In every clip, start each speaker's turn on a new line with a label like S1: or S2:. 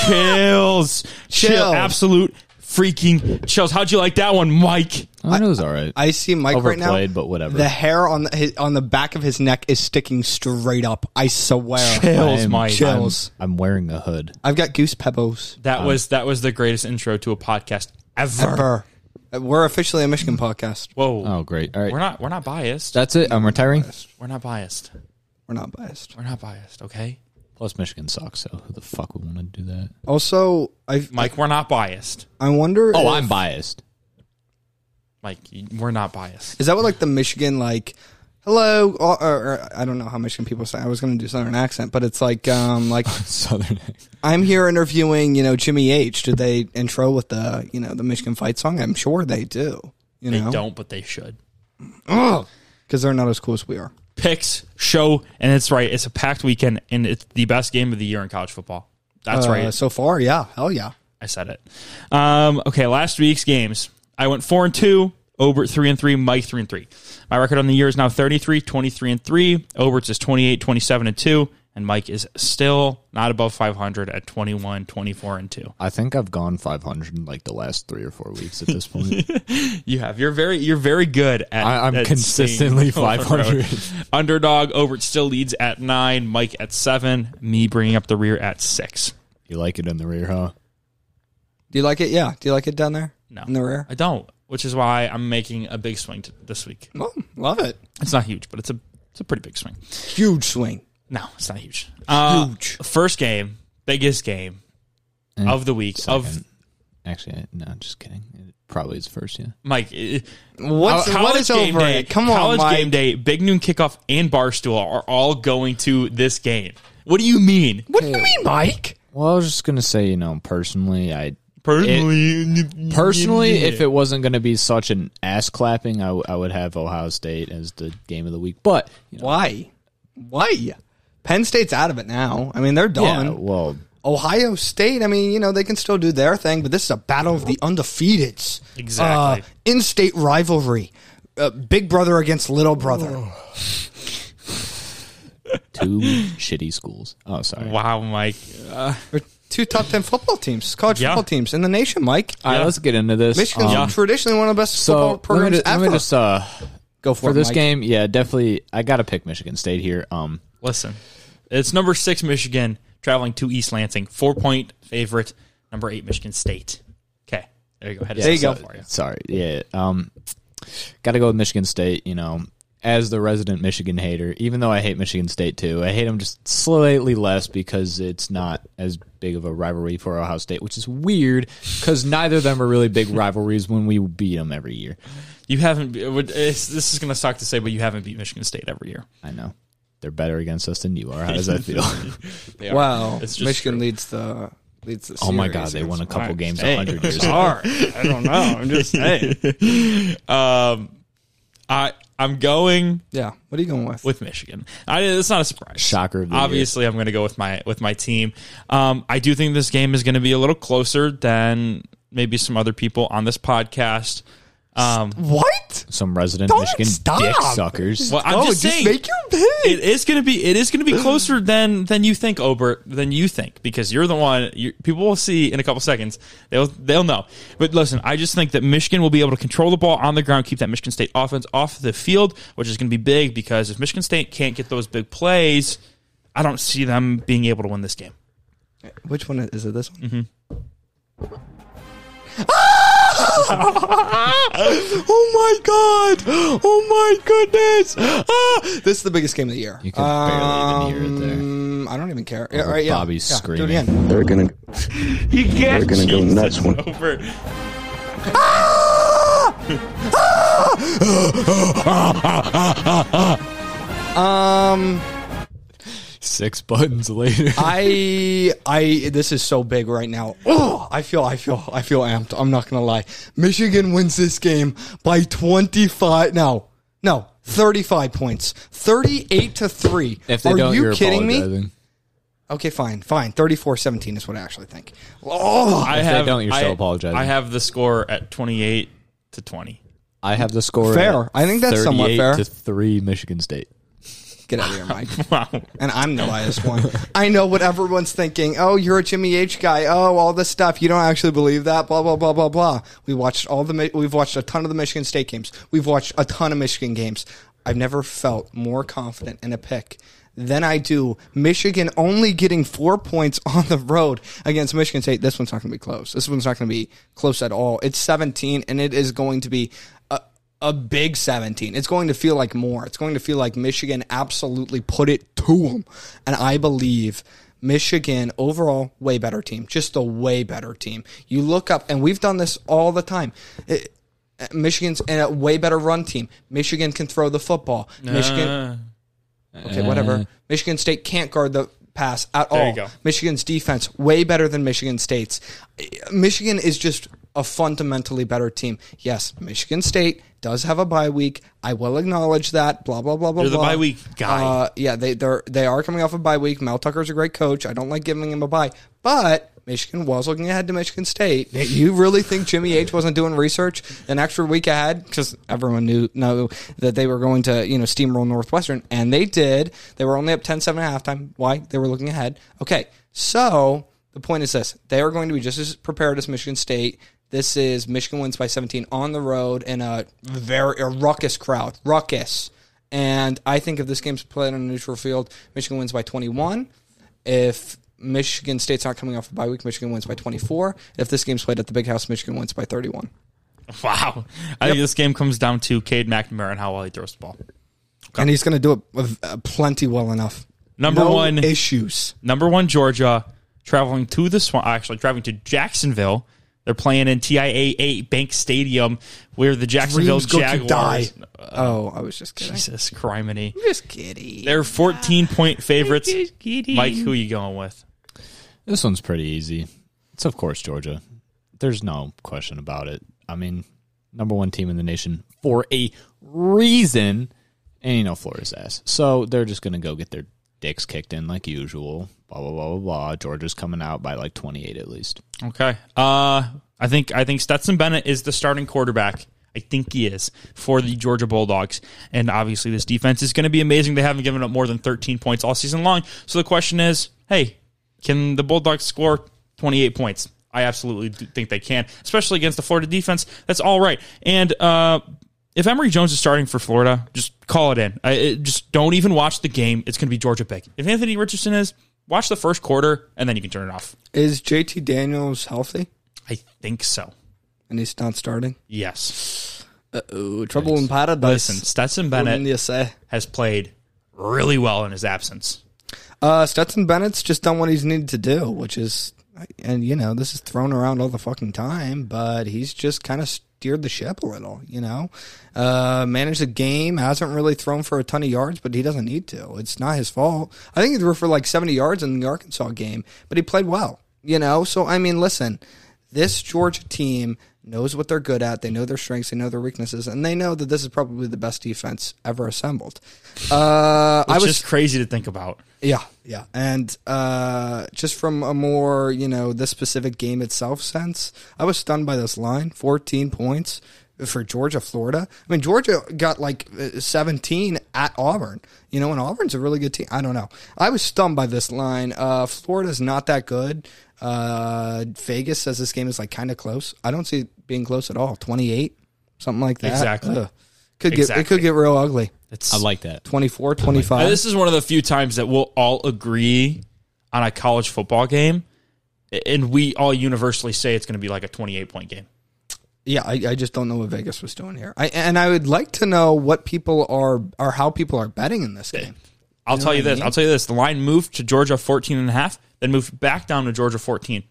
S1: chills, chill,
S2: Chills.
S1: absolute freaking chills. How'd you like that one, Mike?
S3: I know Oh, it was all right.
S2: I see Mike right now.
S3: Overplayed, but whatever.
S2: The hair on the, his, on the back of his neck is sticking straight up. I swear.
S1: Chills,
S3: I'm-
S1: Mike.
S2: Chills.
S3: I'm wearing a hood.
S2: I've got goose pebbles.
S1: That was that was the greatest intro to a podcast ever.
S2: Brr. We're officially a Michigan podcast.
S1: Whoa.
S3: Oh, great. All right.
S1: We're not we're not biased.
S3: That's it. I'm retiring.
S1: We're not biased.
S2: We're not biased.
S1: We're not biased, okay?
S3: Plus, Michigan sucks. So who the fuck would want to do that?
S2: Also, I
S1: Mike, we're not biased.
S2: I wonder.
S3: Oh,
S2: if-
S3: I'm biased.
S1: Mike, you- we're not biased.
S2: Is that what like the Michigan like? Hello, or, or, or- I don't know how Michigan people say. I was going to do Southern accent, but it's like, um, like
S3: Southern.
S2: I'm here interviewing, you know, Jimmy H. Did they intro with the, you know, the Michigan fight song? I'm sure they do. You
S1: They
S2: know,
S1: don't, but they should.
S2: because they're not as cool as we are.
S1: Picks, show, and it's right. It's a packed weekend, and it's the best game of the year in college football. That's
S2: Uh,
S1: right.
S2: So far, yeah, hell yeah.
S1: I said it. Um, okay, last week's games. I went four and two, Obert three and three, Mike three and three. My record on the year is now 33, 23 and three. Obert's is 28, 27 and two, and Mike is still not above 500 at 21, 24 and two.
S3: I think I've gone 500 in like the last three or four weeks at this point.
S1: You have. You're very. You're very good at.
S3: I- I'm
S1: at
S3: consistently
S1: staying on the
S3: 500.
S1: road. Underdog Obert still leads at nine. Mike at seven. Me bringing up the rear at six.
S3: you like it in the rear, huh?
S2: Do you like it? Yeah. Do you like it down there?
S1: No,
S2: In the rear.
S1: I don't. Which is why I'm making a big swing t this week.
S2: Oh, love it.
S1: It's not huge, but it's a it's a pretty big swing.
S2: Huge swing.
S1: No, it's not huge. Uh,
S2: Huge.
S1: First game, biggest game
S3: Mm.
S1: of the week of
S3: Second. Actually, I- no, just kidding. It probably is first, yeah.
S1: Mike. eh,
S2: What's
S1: college
S2: what is
S1: game
S2: over
S1: day,
S2: it? Come on,
S1: college
S2: Mike.
S1: game day, big noon kickoff, and barstool are all going to this game. What do you mean?
S2: What do you mean, Mike?
S3: Well, I was just going to say, you know, personally, I.
S1: Personally,
S3: Personally, if it wasn't going to be such an ass clapping, I, w- I would have Ohio State as the game of the week. But you know,
S2: Why? Why? Penn State's out of it now. I mean, they're done.
S3: yeah, well,
S2: Ohio State, I mean, you know, they can still do their thing, but this is a battle of the undefeateds.
S1: Exactly.
S2: Uh, in state rivalry. Uh, big brother against little brother.
S3: two shitty schools. Oh, sorry.
S1: wow, Mike,
S2: They're Two top 10 football teams, college
S1: Yeah. Um,
S2: football teams in the nation, Mike.
S3: All right,
S1: Yeah.
S3: let's get into this.
S2: Michigan's
S3: Um,
S2: traditionally one of the best
S3: so
S2: football
S3: let me,
S2: programs
S3: ju- let
S2: ever.
S3: me just uh,
S2: Go for,
S3: for
S2: it,
S3: this
S2: Mike.
S3: game, yeah, definitely. I gotta pick Michigan State here. Um,
S1: listen, it's number six Michigan traveling to East Lansing, four point favorite, number eight Michigan State. Okay, there you go. Head
S3: yeah,
S1: there
S3: so- Sorry, yeah. Um, gotta go with Michigan State. You know, as the resident Michigan hater, even though I hate Michigan State too, I hate them just slightly less because it's not as big of a rivalry for Ohio State, which is weird because neither of them are really big rivalries when we beat them every year.
S1: You haven't. be- it would- It's, this is going to suck to say, but you haven't beat Michigan State every year.
S3: I know they're better against us than you are. How does that feel?
S2: Wow.
S1: It's just
S2: Michigan
S1: true.
S2: leads the. Leads the
S3: oh my
S2: series
S3: God, they
S2: against-
S3: won a couple
S1: Alright,
S3: games
S1: hey.
S3: a hundred years. ago.
S2: Hard. I don't know. I'm just saying.
S1: Um, I I'm going
S2: Yeah. What are you going with?
S1: with Michigan. I, it's not a surprise.
S3: Shocker of the year.
S1: Obviously, I'm going to go with my with my team. Um, I do think this game is going to be a little closer than maybe some other people on this podcast. Um,
S2: What?
S3: Some resident
S2: Don't
S3: Michigan
S2: stop.
S3: dick suckers.
S1: well, I'm
S2: oh,
S1: just
S2: just
S1: saying.
S2: make your pick.
S1: it is going to be it is going to be closer than than you think Obert than you think because you're the one you, people will see in a couple seconds they'll they'll know but listen I just think that Michigan will be able to control the ball on the ground keep that Michigan State offense off the field which is going to be big because if Michigan State can't get those big plays I don't see them being able to win this game
S2: Which one is it? This one?
S1: Mm-hmm.
S2: oh my god! Oh my goodness! Ah! This is the biggest game of the year.
S3: You can barely even hear it there. Oh,
S2: Um, I don't even care. Yeah, all right, yeah.
S3: Bobby's
S2: yeah,
S3: screaming.
S2: Do it again.
S4: They're gonna.
S1: you get
S4: They're gonna go Jesus, nuts when-
S1: Obert
S2: Um,
S3: Six buttons later.
S2: Uh, I, I, this is so big right now. Oh, I feel, I feel, I feel amped. I'm not gonna lie. Michigan wins this game by 25. No, no, 35 points, 38 to three. Are you kidding me? Okay, fine, fine. 34-17 is what I actually think. Oh,
S1: I
S3: If they
S1: have
S3: don't, you're still
S1: I-
S3: apologizing.
S1: I have the score at 28 to 20
S3: I have the score.
S2: Fair.
S3: at
S2: I think that's somewhat
S3: 38
S2: fair.
S3: To three, Michigan State.
S2: Get out of here, Mike.
S1: Wow.
S2: And I'm the biased one. I know what everyone's thinking. Oh, you're a Jimmy H guy. Oh, all this stuff. You don't actually believe that. Blah blah blah blah blah. We watched all the. Mi- We've watched a ton of the Michigan State games. We've watched a ton of Michigan games. I've never felt more confident in a pick than I do. Michigan only getting four points on the road against Michigan State. This one's not going to be close. This one's not going to be close at all. It's 17, and it is going to be. A, a big 17. It's going to feel like more. It's going to feel like Michigan absolutely put it to them. And I believe Michigan overall way better team, just a way better team. You look up and we've done this all the time. It, Michigan's in a way better run team. Michigan can throw the football. Michigan
S1: Uh,
S2: Okay, whatever. Michigan State can't guard the pass at all.
S1: you go.
S2: Michigan's defense way better than Michigan State's. Michigan is just a fundamentally better team. Yes, Michigan State does have a bye week. I will acknowledge that. Blah blah blah blah.
S1: They're the
S2: blah.
S1: bye week guy.
S2: Uh, yeah, they they're they are coming off a bye week. Mel Tucker's a great coach. I don't like giving him a bye, but. Michigan was looking ahead to Michigan State. You really think Jimmy H wasn't doing research an extra week ahead because everyone knew know that they were going to you know steamroll Northwestern, and they did. They were only up 10-7 at halftime. Why? They were looking ahead. Okay, so the point is this: they are going to be just as prepared as Michigan State. This is Michigan wins by seventeen on the road in a very a ruckus crowd, ruckus. And I think if this game's played on a neutral field, Michigan wins by 21. If Michigan State's not coming off a bye week, Michigan wins by 24. If this game's played at the Big House, Michigan wins by 31.
S1: wow. I think this game comes down to Cade McNamara and how well he throws the ball.
S2: And he's going to do it with, uh, plenty well enough.
S1: Number
S2: No
S1: one.
S2: issues.
S1: Number one, Georgia, traveling to the Swan, actually traveling to Jacksonville. They're playing in TIAA Bank Stadium, where the Jacksonville
S2: Dreams go to die.
S1: Jaguars. Uh,
S2: Oh, I was just kidding.
S1: Jesus, criminy!
S2: Just kidding.
S1: They're fourteen point favorites. Mike, who you going with?
S3: This one's pretty easy. It's of course Georgia. There's no question about it. I mean, number one team in the nation for a reason, and you know Florida's ass. So they're just gonna go get their dicks kicked in like usual. Blah blah blah blah blah. Georgia's coming out by like 28 at least.
S1: Okay, uh, I think I think Stetson Bennett is the starting quarterback. I think he is for the Georgia Bulldogs, and obviously this defense is going to be amazing. They haven't given up more than thirteen points all season long. So the question is, hey, can the Bulldogs score twenty eight points? I absolutely do think they can, especially against the Florida defense. That's all right. And uh, if Emory Jones is starting for Florida, just call it in. I, it- just don't even watch the game. It's going to be Georgia pick. If Anthony Richardson is, watch the first quarter and then you can turn it off.
S2: Is JT Daniels healthy?
S1: I think so.
S2: And he's not starting?
S1: Yes.
S2: Uh-oh. Trouble in paradise.
S1: Listen, Stetson
S2: What didn't
S1: Bennett
S2: you say?
S1: has played really well in his absence.
S2: Uh, Stetson Bennett's just done what he's needed to do, which is, and you know, this is thrown around all the fucking time, but he's just kind of steered the ship a little, you know, uh, managed the game, hasn't really thrown for a ton of yards, but he doesn't need to. It's not his fault. I think he threw for like 70 yards in the Arkansas game, but he played well, you know? So, I mean, listen, this Georgia team knows what they're good at. They know their strengths. They know their weaknesses, and they know that this is probably the best defense ever assembled. Uh, I
S1: It's
S2: was
S1: just crazy to think about.
S2: yeah, yeah, and uh, just from a more you know this specific game itself sense, I was stunned by this line: fourteen points for Georgia, Florida. I mean, Georgia got like uh, seventeen at Auburn. You know, and Auburn's a really good team. I don't know. I was stunned by this line. Uh, Florida's not that good. Uh, Vegas says this game is like kind of close. I don't see it being close at all. Twenty-eight, something like that.
S1: Exactly.
S2: Ugh. Could get it
S1: Exactly.
S2: could get real ugly.
S1: It's
S3: I like that.
S2: 24, 25.
S1: Uh, this is one of the few times that we'll all agree on a college football game, a- and we all universally say it's going to be like a 28 point game.
S2: yeah, I, I just don't know what Vegas was doing here. I and I would like to know what people are or how people are betting in this game.
S1: I'll tell you
S2: what I
S1: this.
S2: mean?
S1: I'll tell you this. The line moved to Georgia 14 and a half, then moved back down to Georgia 14.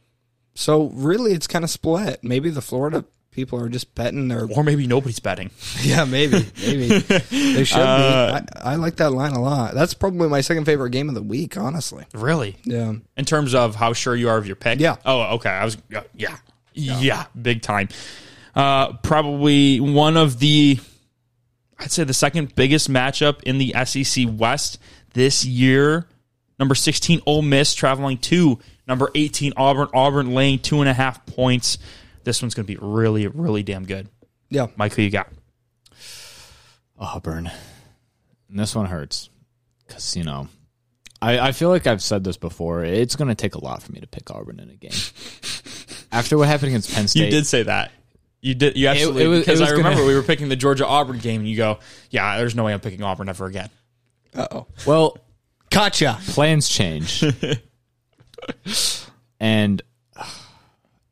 S2: So really, it's kind of split. Maybe the Florida people are just betting their
S1: Or maybe nobody's betting.
S2: yeah, maybe maybe they should be. I, I like that line a lot. That's probably my second favorite game of the week, honestly.
S1: Really?
S2: Yeah.
S1: In terms of how sure you are of your pick?
S2: Yeah.
S1: Oh, okay. I was, yeah. Yeah. Yeah, big time. Uh, probably one of the, I'd say the second biggest matchup in the SEC West this year. Number 16, Ole Miss traveling to number 18, Auburn. Auburn laying two and a half points. This one's going to be really, really damn good.
S2: Yeah,
S1: Mike, who you got?
S3: Oh, Auburn. And this one hurts because you know, I, I feel like I've said this before. It's going to take a lot for me to pick Auburn in a game. After what happened against Penn State,
S1: You did say that. You did. You absolutely
S3: it was- it
S1: because
S3: was
S1: I
S3: gonna-
S1: remember we were picking the Georgia Auburn game, and you go, "Yeah, there's no way I'm picking Auburn ever again."
S3: well,
S2: Gotcha.
S3: plans change, and uh,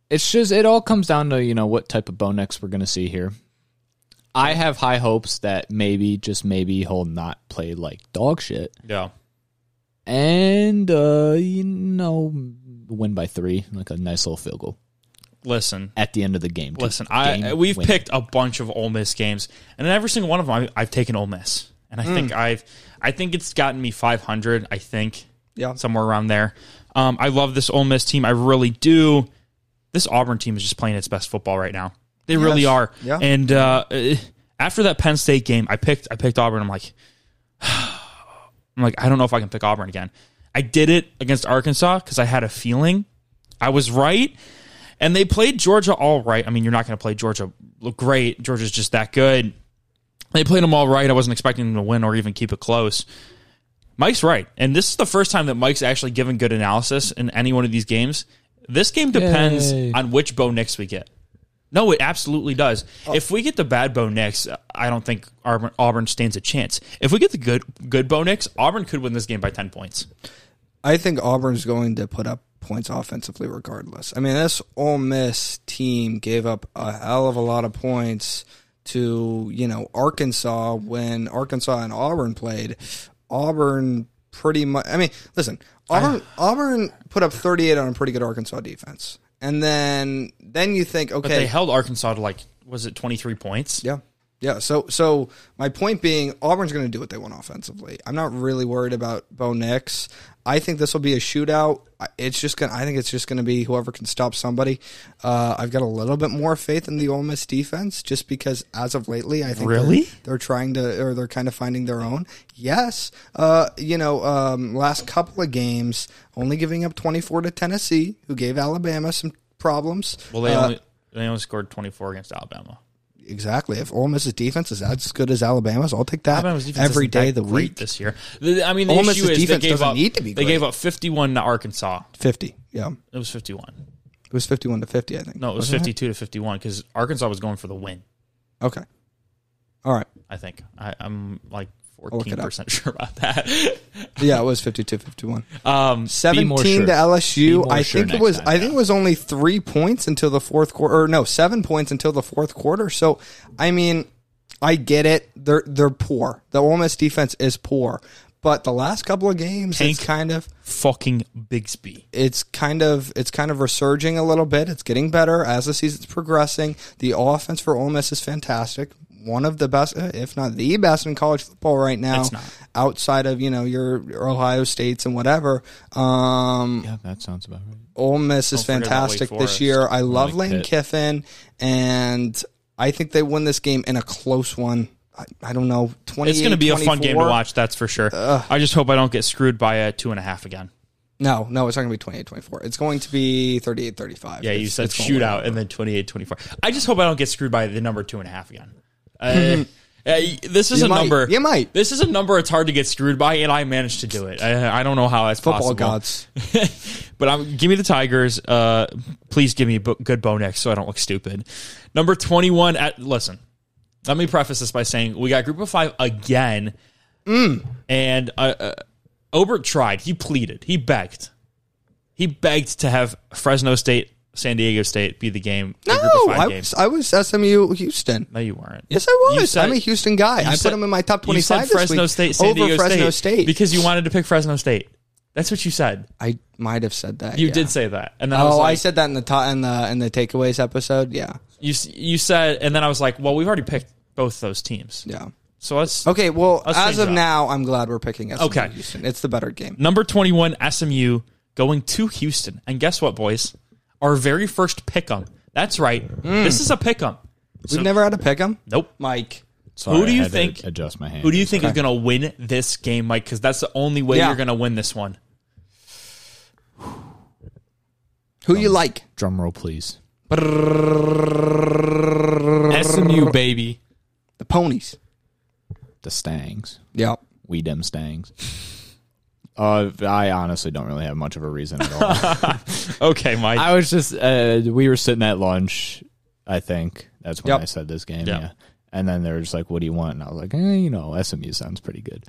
S3: it's just it all comes down to you know what type of bow necks we're going to see here. I have high hopes that maybe, just maybe, he'll not play like dog shit.
S1: Yeah.
S3: and uh, you know, win by three, like a nice little field goal
S1: Listen,
S3: at the end of the game.
S1: listen. I uh,
S3: Game
S1: we've
S3: winner.
S1: picked a bunch of Ole Miss games, and in every single one of them, I, I've taken Ole Miss, and I think I've, I think it's gotten me 500. I think
S2: Yeah.
S1: somewhere around there. Um, I love this Ole Miss team. I really do. This Auburn team is just playing its best football right now. They really are.
S2: Yeah.
S1: And uh, eh, after that Penn State game, I picked I picked Auburn. I'm like, I'm like, I don't know if I can pick Auburn again. I did it against Arkansas because I had a feeling I was right. And they played Georgia all right. I mean, you're not going to play Georgia look great. Georgia's just that good. They played them all right. I wasn't expecting them to win or even keep it close. Mike's right. And this is the first time that Mike's actually given good analysis in any one of these games. This game depends
S3: Yay.
S1: on which Bo Nix we get. No, it absolutely does. If we get the bad Bo Nix, I don't think Auburn, Auburn stands a chance. If we get the good good Bo Nix, Auburn could win this game by 10 points.
S2: I think Auburn's going to put up points offensively regardless. I mean, this Ole Miss team gave up a hell of a lot of points to, you know, Arkansas when Arkansas and Auburn played. Auburn pretty much I mean, listen, Auburn Auburn put up 38 on a pretty good Arkansas defense. And then then you think, okay,
S1: They held Arkansas to like, was it 23 points?
S2: yeah. Yeah. So so my point being Auburn's gonna do what they want offensively. I'm not really worried about Bo Nix. I think this will be a shootout. I- It's just gonna I think it's just gonna be whoever can stop somebody. Uh, I've got a little bit more faith in the Ole Miss defense just because as of lately I think they're-
S1: Really?
S2: they're, trying to or they're kind of finding their own. Yes. Uh, you know, um, last couple of games, only giving up twenty four to Tennessee, who gave Alabama some problems.
S1: Well, they
S2: Uh,
S1: only they only scored 24 against Alabama.
S2: Exactly. If Ole Miss's defense is as good as Alabama's, I'll take that
S1: Alabama's defense
S2: every
S1: isn't
S2: day
S1: that
S2: of the
S1: great
S2: week.
S1: this year. The- I mean, the
S2: Ole
S1: issue
S2: Miss's
S1: is they
S2: defense
S1: gave
S2: doesn't
S1: up
S2: need to be
S1: they
S2: great.
S1: gave up 51 to Arkansas.
S2: Fifty. Yeah, it
S1: It was 51.
S2: was fifty-one to fifty. I think.
S1: No, it was 52 to 51 because Arkansas was going for the win.
S2: Okay. All right.
S1: I think I, I'm like
S2: look it up.
S1: 14% sure about that.
S2: Yeah, it was 52-51.
S1: Um,
S3: Be more
S2: Seventeen
S3: sure.
S2: to
S3: Be
S2: LSU.
S3: more
S2: I
S3: sure
S2: think it
S3: next
S2: was.
S3: time,
S2: I think it was only three points until the fourth quarter. Or no, seven points until the fourth quarter. So I mean, I get it. They're they're poor. The Ole Miss defense is poor. But the last couple of games,
S1: Tank.
S2: it's kind of.
S1: fucking Bigsby.
S2: it's kind of it's kind of resurging a little bit. It's getting better as the season's progressing. The offense for Ole Miss is fantastic. One of the best, eh, if not the best, in college football right now,
S1: It's not.
S2: outside of you know your, your Ohio States and whatever. Um,
S3: Yeah, that sounds about right.
S2: Ole Miss is
S1: forget about
S2: fantastic
S1: Wake
S2: this
S1: Forest.
S2: year. I love Lane
S3: Pitt.
S2: Kiffin, and I think they win this game in a close one. I, I don't know. Twenty.
S1: It's going to be a fun game to watch, that's for sure. I just hope I don't get screwed by a two and a half again.
S2: No, no, it's not going to be 28-24. It's going to be 38-35.
S1: Yeah, you
S2: It's-
S1: said
S2: it's going
S1: shootout and then 28 24. I just hope I don't get screwed by the number two and a half again. Uh, uh, this is
S2: You
S1: a
S2: might.
S1: number.
S2: You might.
S1: This is a number it's hard to get screwed by, and I managed to do it. I, I don't know how that's possible.
S2: Football gods.
S1: but I'm, give me the Tigers. Uh, please give me a bo- good bow next so I don't look stupid. Number 21 at listen. Let me preface this by saying we got group of 5 again.
S2: Mm.
S1: And uh, uh, Obert tried. He pleaded. He begged. He begged to have Fresno State, San Diego State be the game. the group of
S2: No,
S1: five
S2: I
S1: game.
S2: was, I was SMU Houston.
S1: No, you weren't.
S2: Yes, I
S1: You
S2: was.
S1: said-
S2: I'm a Houston guy. I
S1: said-
S2: put him in my top
S1: You
S2: 25
S1: said
S2: this
S1: Fresno
S2: week
S1: State, San
S2: over
S1: Diego
S2: Fresno
S1: State,
S2: State.
S1: because you wanted to pick Fresno State. That's what you said.
S2: I might have said that.
S1: You
S2: yeah.
S1: did say that, and then I was
S2: Oh,
S1: like,
S2: I said that in the to- in the in the takeaways episode. Yeah,
S1: you s- you said, and then I was like, well, we've already picked both those teams,
S2: yeah.
S1: so let's
S2: Okay, well,
S1: Let's
S2: as
S1: change
S2: of
S1: it up.
S2: now, I'm glad we're picking SMU
S1: Okay. Mm,
S2: Houston. It's the better game.
S1: number twenty one SMU going to Houston, and guess what, boys? Our very first pick'em. That's right.
S2: Hmm.
S1: This is a pick'em.
S2: We've never had to pick him,
S1: Nope.
S2: Mike.
S3: Sorry,
S1: do
S3: I
S1: you
S3: had to
S1: think-
S3: adjust my hand?
S1: Who do you think is going to win this game, Mike? Because that's the only way
S2: Yeah.
S1: you're going to win this one.
S2: Who
S1: Um,
S2: you like?
S3: Drum roll, please. SMU baby,
S2: The ponies.
S3: the Stangs.
S2: Yeah.
S3: We dem stangs. Uh, I honestly don't really have much of a reason at all.
S1: Okay, Mike.
S3: I was just uh, we were sitting at lunch. I think that's when
S2: Yep.
S3: I said this game.
S1: Yep.
S3: Yeah, and then they were just like, "What do you want?" And I was like, eh, "You know, SMU sounds pretty good."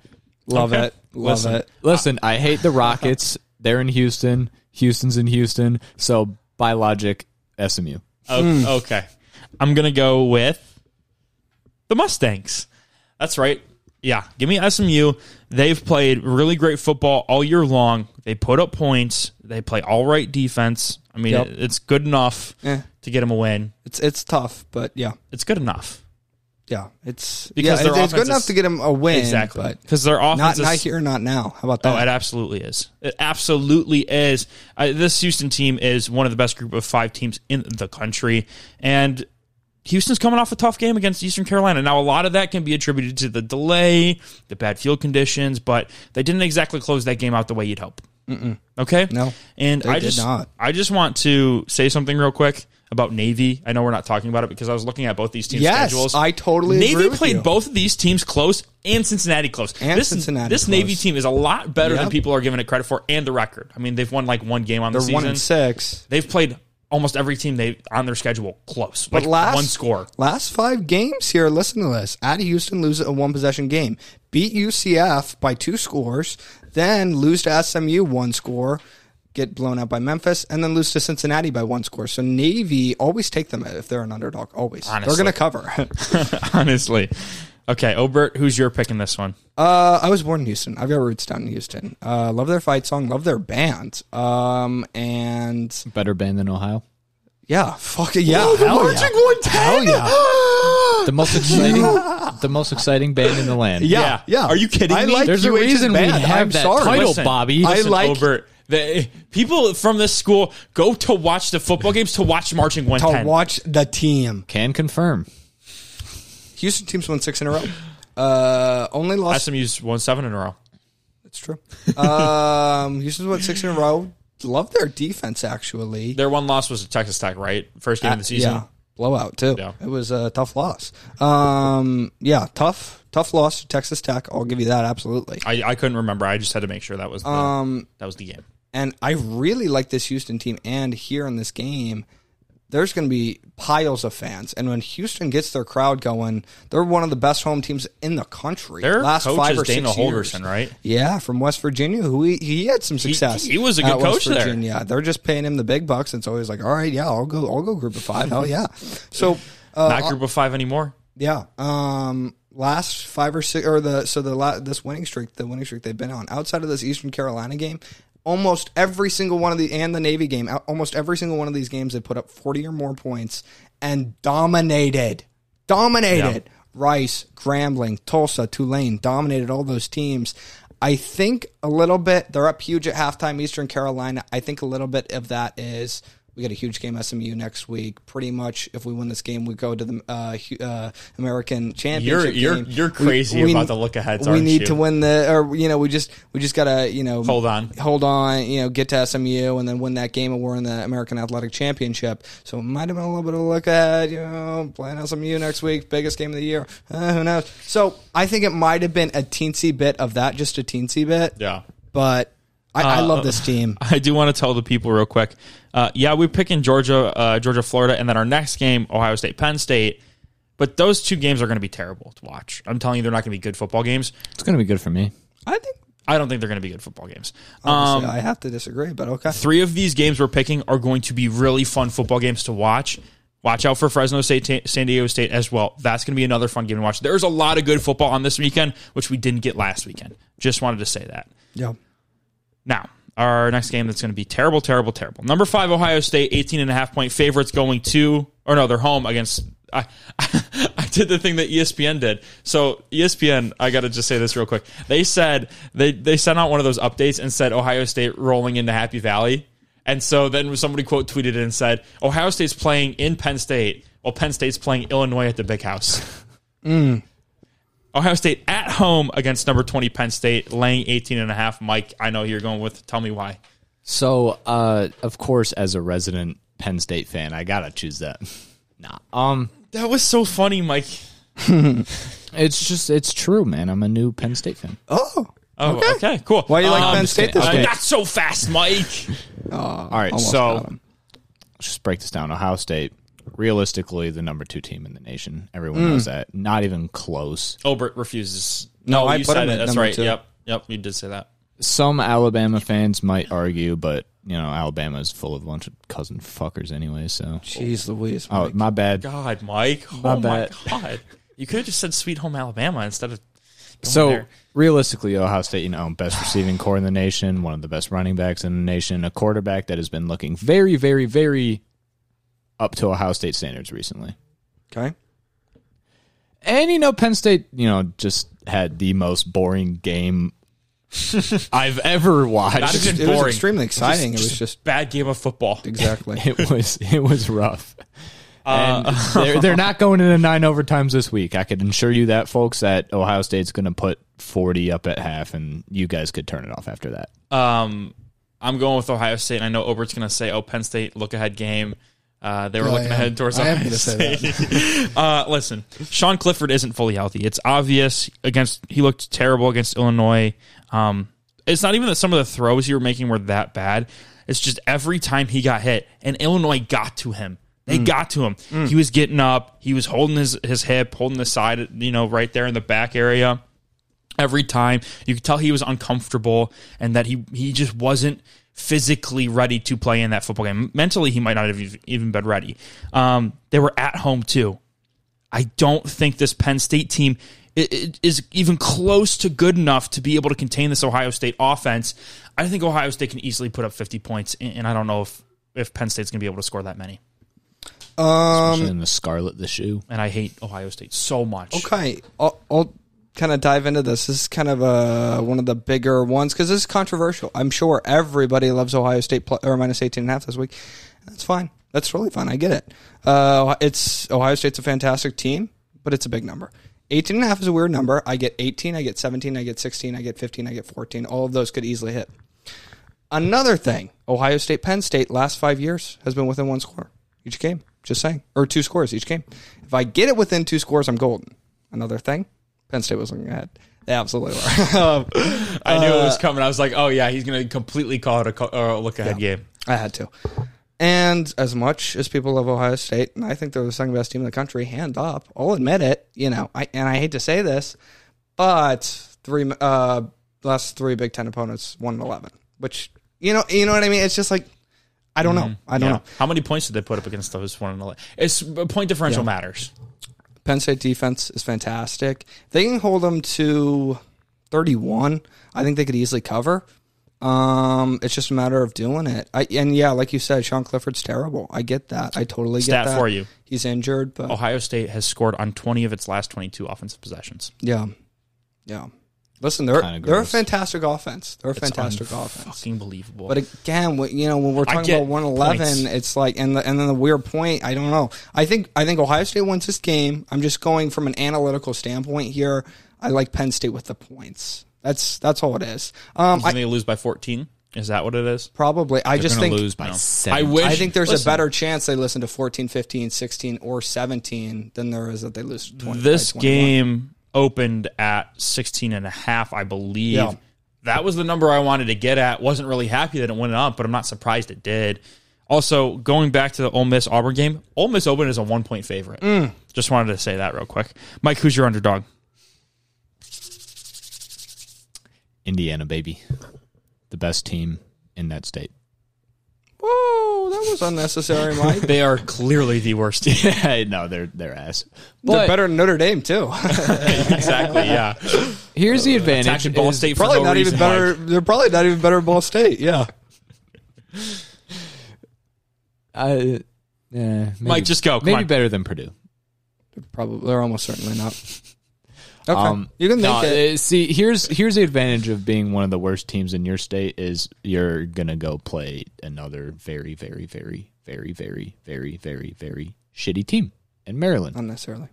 S2: Love
S1: Okay.
S2: it. Love
S1: Listen.
S2: it.
S3: Listen, I hate the Rockets. They're in Houston. Houston's in Houston. So by logic, SMU.
S1: O- Oh,
S2: Hmm.
S1: Okay. I'm going to go with the Mustangs. That's right. Yeah. Give me SMU. They've played really great football all year long. They put up points. They play all right defense. I mean,
S2: Yep.
S1: it- it's good enough
S2: Yeah.
S1: to get them a win.
S2: Eh, It's it's tough, but yeah,
S1: It's good enough.
S2: yeah. It's
S1: Because
S2: yeah,
S1: their offense
S2: it's, it's good enough
S1: is-
S2: to get him a win.
S1: Exactly.
S2: but
S1: Because their offense
S2: not
S1: is
S2: not here, not now. How about
S1: Oh,
S2: that?
S1: it absolutely is. It absolutely is. I, this Houston team is one of the best group of five teams in the country, and Houston's coming off a tough game against Eastern Carolina. Now, a lot of that can be attributed to the delay, the bad field conditions, but they didn't exactly close that game out the way you'd hope. Mm-mm. Okay,
S2: No,
S1: and
S2: they
S1: I
S2: did
S1: just
S2: not.
S1: I just want to say something real quick about Navy. I know we're not talking about it because I was looking at both these teams'
S2: Yes,
S1: schedules.
S2: I totally
S1: Navy
S2: agree with
S1: played
S2: you.
S1: both of these teams close and Cincinnati close.
S2: And
S1: this,
S2: Cincinnati
S1: This
S2: close.
S1: Navy team is a lot better than
S2: Yep.
S1: people are giving it credit for, and the record. I mean, they've won like one game on
S2: They're
S1: the season.
S2: one and six.
S1: They've played almost every team they on their schedule close,
S2: But
S1: like
S2: last
S1: one score.
S2: Last five games here. Listen to this: at Houston, lose a one possession game. Beat UCF by two scores, then lose to SMU one score, get blown out by Memphis, and then lose to Cincinnati by one score. So Navy always take them if they're an underdog. Always,
S1: Honestly.
S2: they're going to cover.
S1: Honestly, okay, Obert, who's your pick in this one?
S2: Uh, I was born in Houston. I've got roots down in Houston. Uh, love their fight song. Love their band. Um, and
S3: Better band than Ohio.
S2: yeah, fuck it, yeah, hell yeah. Hell yeah.
S3: The most exciting, the most exciting band in the land.
S2: Yeah, yeah.
S1: Are you kidding
S2: I
S1: me?
S2: like
S3: There's a
S2: UH's
S3: reason we
S2: band.
S3: have
S2: I'm
S3: that
S2: sorry.
S3: title.
S1: Listen,
S3: Bobby.
S1: listen,
S2: I like-
S1: Obert. The, people from this school go to watch the football games to watch marching one
S2: To
S1: ten.
S2: watch the team.
S3: Can confirm.
S2: Houston teams won six in a row. Uh, only lost.
S1: SMU's won seven in a row.
S2: That's true. Um, Houston's won six in a row. Love their defense actually.
S1: Their one loss was to Texas Tech, right? First game of the season.
S2: Uh, Yeah, blowout too.
S1: Yeah.
S2: It was a tough loss. Um, yeah, tough, tough loss to Texas Tech. I'll give you that absolutely.
S1: I, I couldn't remember. I just had to make sure that was the,
S2: Um,
S1: that was the game.
S2: And I really like this Houston team. And here in this game, there's going to be piles of fans. And when Houston gets their crowd going, they're one of the best home teams in the country.
S1: Their
S2: last
S1: coach
S2: five
S1: is
S2: or
S1: Dana
S2: six
S1: Holgerson,
S2: years.
S1: right?
S2: Yeah, from West Virginia, who he, he had some success.
S1: he was a good
S2: at West
S1: coach there.
S2: Virginia. They're just paying him the big bucks. It's always like, all right, yeah, I'll go, I'll go group of five. Hell yeah. So uh,
S1: Not group of five anymore.
S2: yeah. Um, last five or six, or the so the la- this winning streak, the winning streak they've been on, outside of this Eastern Carolina game, almost every single one of the and the Navy game, out- almost every single one of these games, they put up forty or more points and dominated, dominated. Rice, Grambling, Tulsa, Tulane dominated all those teams. I think a little bit they're up huge at halftime. Eastern Carolina. I think a little bit of that is we got a huge game SMU next week. Pretty much, if we win this game, we go to the uh, hu- uh, American Championship.
S1: you're-
S2: game.
S1: you're crazy about the look-aheads,
S2: We
S1: aren't
S2: need
S1: you?
S2: to win the, or you know, we just we just gotta you know
S1: Hold on.
S2: hold on, you know, get to SMU and then win that game, and we're in the American Athletic Championship. So it might have been a little bit of a look at, you know, playing SMU next week, biggest game of the year. Uh, who knows? So I think it might have been a teensy bit of that, just a teensy bit.
S1: Yeah.
S2: But I, I love this team.
S1: I do want to tell the people real quick. Uh, yeah, we're picking Georgia, uh, Georgia, Florida, and then our next game, Ohio State, Penn State. But those two games are going to be terrible to watch. I'm telling you, they're not going to be good football games.
S3: It's gonna be good for me.
S2: I think
S1: I don't think they're going to be good football games. Um,
S2: honestly, I have to disagree, but okay.
S1: three of these games we're picking are going to be really fun football games to watch. Watch out for Fresno State, Ta- San Diego State as well. That's going to be another fun game to watch. There's a lot of good football on this weekend, which we didn't get last weekend. Just wanted to say that.
S2: Yeah.
S1: Now, our next game that's going to be terrible, terrible, terrible. Number five, Ohio State, 18 and a half point favorites going to, or no, they're home against. I, I did the thing that E ESPN did. So E ESPN, I got to just say this real quick. They said they they sent out one of those updates and said Ohio State rolling into Happy Valley, and so then somebody quote tweeted it and said Ohio State's playing in Penn State, while Penn State's playing Illinois at the Big House. Ohio State at home against number 20 Penn State, laying 18 and a half. Mike, I know you're going with. Tell me why.
S3: So, uh, of course, as a resident Penn State fan, I gotta choose that. nah. Um.
S1: That was so funny, Mike.
S3: It's just it's true, man. I'm a new Penn State fan.
S2: Oh,
S1: Oh, okay. cool.
S2: Why do you like Penn
S3: State
S1: just kidding.
S3: this
S1: Uh,
S3: week?
S1: Not so fast, Mike.
S3: All right,
S2: almost
S3: so
S2: got
S3: let's just break this down. Ohio State, realistically, the number two team in the nation. Everyone knows that. Not even close.
S1: Obert refuses.
S2: No,
S1: Oh,
S2: I
S1: you
S2: put
S1: said
S2: him
S1: it.
S2: at
S1: That's
S2: number
S1: right.
S2: two.
S1: Yep, yep. You did say that.
S3: Some Alabama fans might argue, but you know Alabama is full of a bunch of cousin fuckers anyway. So,
S2: jeez, Louise.
S3: oh
S2: Mike.
S3: my bad.
S1: God, Mike. Oh
S3: My
S1: my
S3: bad.
S1: God. You could have just said "Sweet Home Alabama" instead of. going
S3: So
S1: there.
S3: realistically, Ohio State, you know, best receiving core in the nation, one of the best running backs in the nation, a quarterback that has been looking very, very, very up to Ohio State standards recently.
S2: okay.
S3: And you know, Penn State, you know, just had the most boring game I've ever
S1: Not
S3: watched.
S1: even
S2: It
S1: boring.
S2: was extremely exciting. it was just
S1: bad game of football.
S2: exactly.
S3: It was it was rough.
S1: Uh,
S3: And they're they're not going into nine overtimes this week. I could assure you that, folks, that Ohio State's gonna put forty up at half and you guys could turn it off after that.
S1: Um, I'm going with Ohio State. And I know Obert's going to say, "Oh, Penn State look ahead game." Uh, they were
S2: I
S1: looking
S2: am.
S1: ahead towards
S2: I am
S1: Ohio
S2: gonna say
S1: State. uh, listen, Sean Clifford isn't fully healthy. It's obvious against. He looked terrible against Illinois. Um, it's not even that some of the throws he were making were that bad. It's just every time he got hit, and Illinois got to him. They
S2: Mm.
S1: got to him. He was getting up. He was holding his his hip, holding the side, you know, right there in the back area every time. You could tell he was uncomfortable and that he he just wasn't physically ready to play in that football game. Mentally, he might not have ev- even been ready. Um, they were at home too. I don't think this Penn State team i- i- is even close to good enough to be able to contain this Ohio State offense. I think Ohio State can easily put up 50 points, and and I don't know if, if Penn State's going to be able to score that many.
S2: Um,
S1: Um,
S3: Especially in the Scarlet the Shoe.
S1: And I hate Ohio State so much.
S2: Okay, I'll, I'll kind of dive into this. This is kind of uh, one of the bigger ones because this is controversial. I'm sure everybody loves Ohio State pl- or minus 18 and a half this week. That's fine. That's really fine. I get it. Uh, it's Ohio State's a fantastic team, but it's a big number. 18 and a half is a weird number. I get 18, I get 17, I get 16, I get 15, I get 14. All of those could easily hit. Another thing, Ohio State, Penn State, last five years has been within one score each game. Just saying, or two scores each game. If I get it within two scores, I'm golden. Another thing, Penn State was looking ahead. They absolutely were. um,
S1: I knew it was coming. I was like, oh, yeah, he's going to completely call it a co- or a look ahead game.
S2: I had to. And as much as people love Ohio State, and I think they're the second best team in the country, hand up, I'll admit it. You know, I and I hate to say this, but three uh, last three Big Ten opponents, one and eleven. Which you know, you know what I mean. It's just like I don't know. I don't
S1: Mm-hmm. Yeah.
S2: know.
S1: How many points did they put up against those one and eleven? It's uh, point differential matters.
S2: Penn State defense is fantastic. They can hold them to 31. I think they could easily cover. Um, it's just a matter of doing it. I and yeah, like you said, Sean Clifford's terrible. I get that. I totally get
S1: Stat
S2: that.
S1: for you. Oh.
S2: He's injured, but
S1: Ohio State has scored on twenty of its last twenty-two offensive possessions.
S2: yeah, yeah. Listen, they're
S3: Kinda
S2: they're a
S3: gross.
S2: fantastic offense. They're a fantastic offense.
S1: Fucking believable.
S2: But again, what- you know, when we're
S1: I
S2: talking
S1: get
S2: about 111,
S1: points.
S2: it's like, and the, and then the weird point. I don't know. I think I think Ohio State wins this game. I'm just going from an analytical standpoint here. I like Penn State with the points. That's that's all it is. Um,
S1: Didn't
S2: I
S1: they lose by fourteen? Is that what it is?
S2: probably. I just
S3: They're
S2: think
S3: gonna lose by
S1: No.
S3: seven.
S1: I wish.
S2: I think there's
S1: Listen,
S2: a better chance they listen to 14, 15, 16, or 17 than there is that they lose. 20, by
S1: This
S2: 21.
S1: game opened at 16 and a half, I believe.
S2: Yeah.
S1: That was the number I wanted to get at. Wasn't really happy that it went up, but I'm not surprised it did. Also, going back to the Ole Miss Auburn game, Ole Miss Auburn is a one point favorite.
S2: Mm.
S1: Just wanted to say that real quick. Mike, who's your underdog?
S3: Indiana, baby. The best team in that state.
S2: Whoa, that was unnecessary, Mike.
S1: They are clearly the worst team.
S3: Yeah, no, they're they're ass.
S2: They're
S3: But
S2: better than Notre Dame too.
S1: exactly. Yeah.
S3: here's
S2: Uh,
S3: the advantage.
S1: Attacking Ball
S3: is-
S1: State for
S2: probably
S1: no
S2: not even
S1: reason,
S2: better.
S1: Mike.
S2: They're probably not even better. than Ball State. Yeah.
S3: Uh, yeah, maybe,
S1: Mike, just go. Come
S3: maybe
S1: on.
S3: better than Purdue.
S2: Probably, they're almost certainly not. Okay,
S3: Um,
S2: you can make
S3: no,
S2: it.
S3: uh, See, here's here's the advantage of being one of the worst teams in your state is you're gonna go play another very, very, very, very, very, very, very, very shitty team in Maryland.
S2: Not necessarily.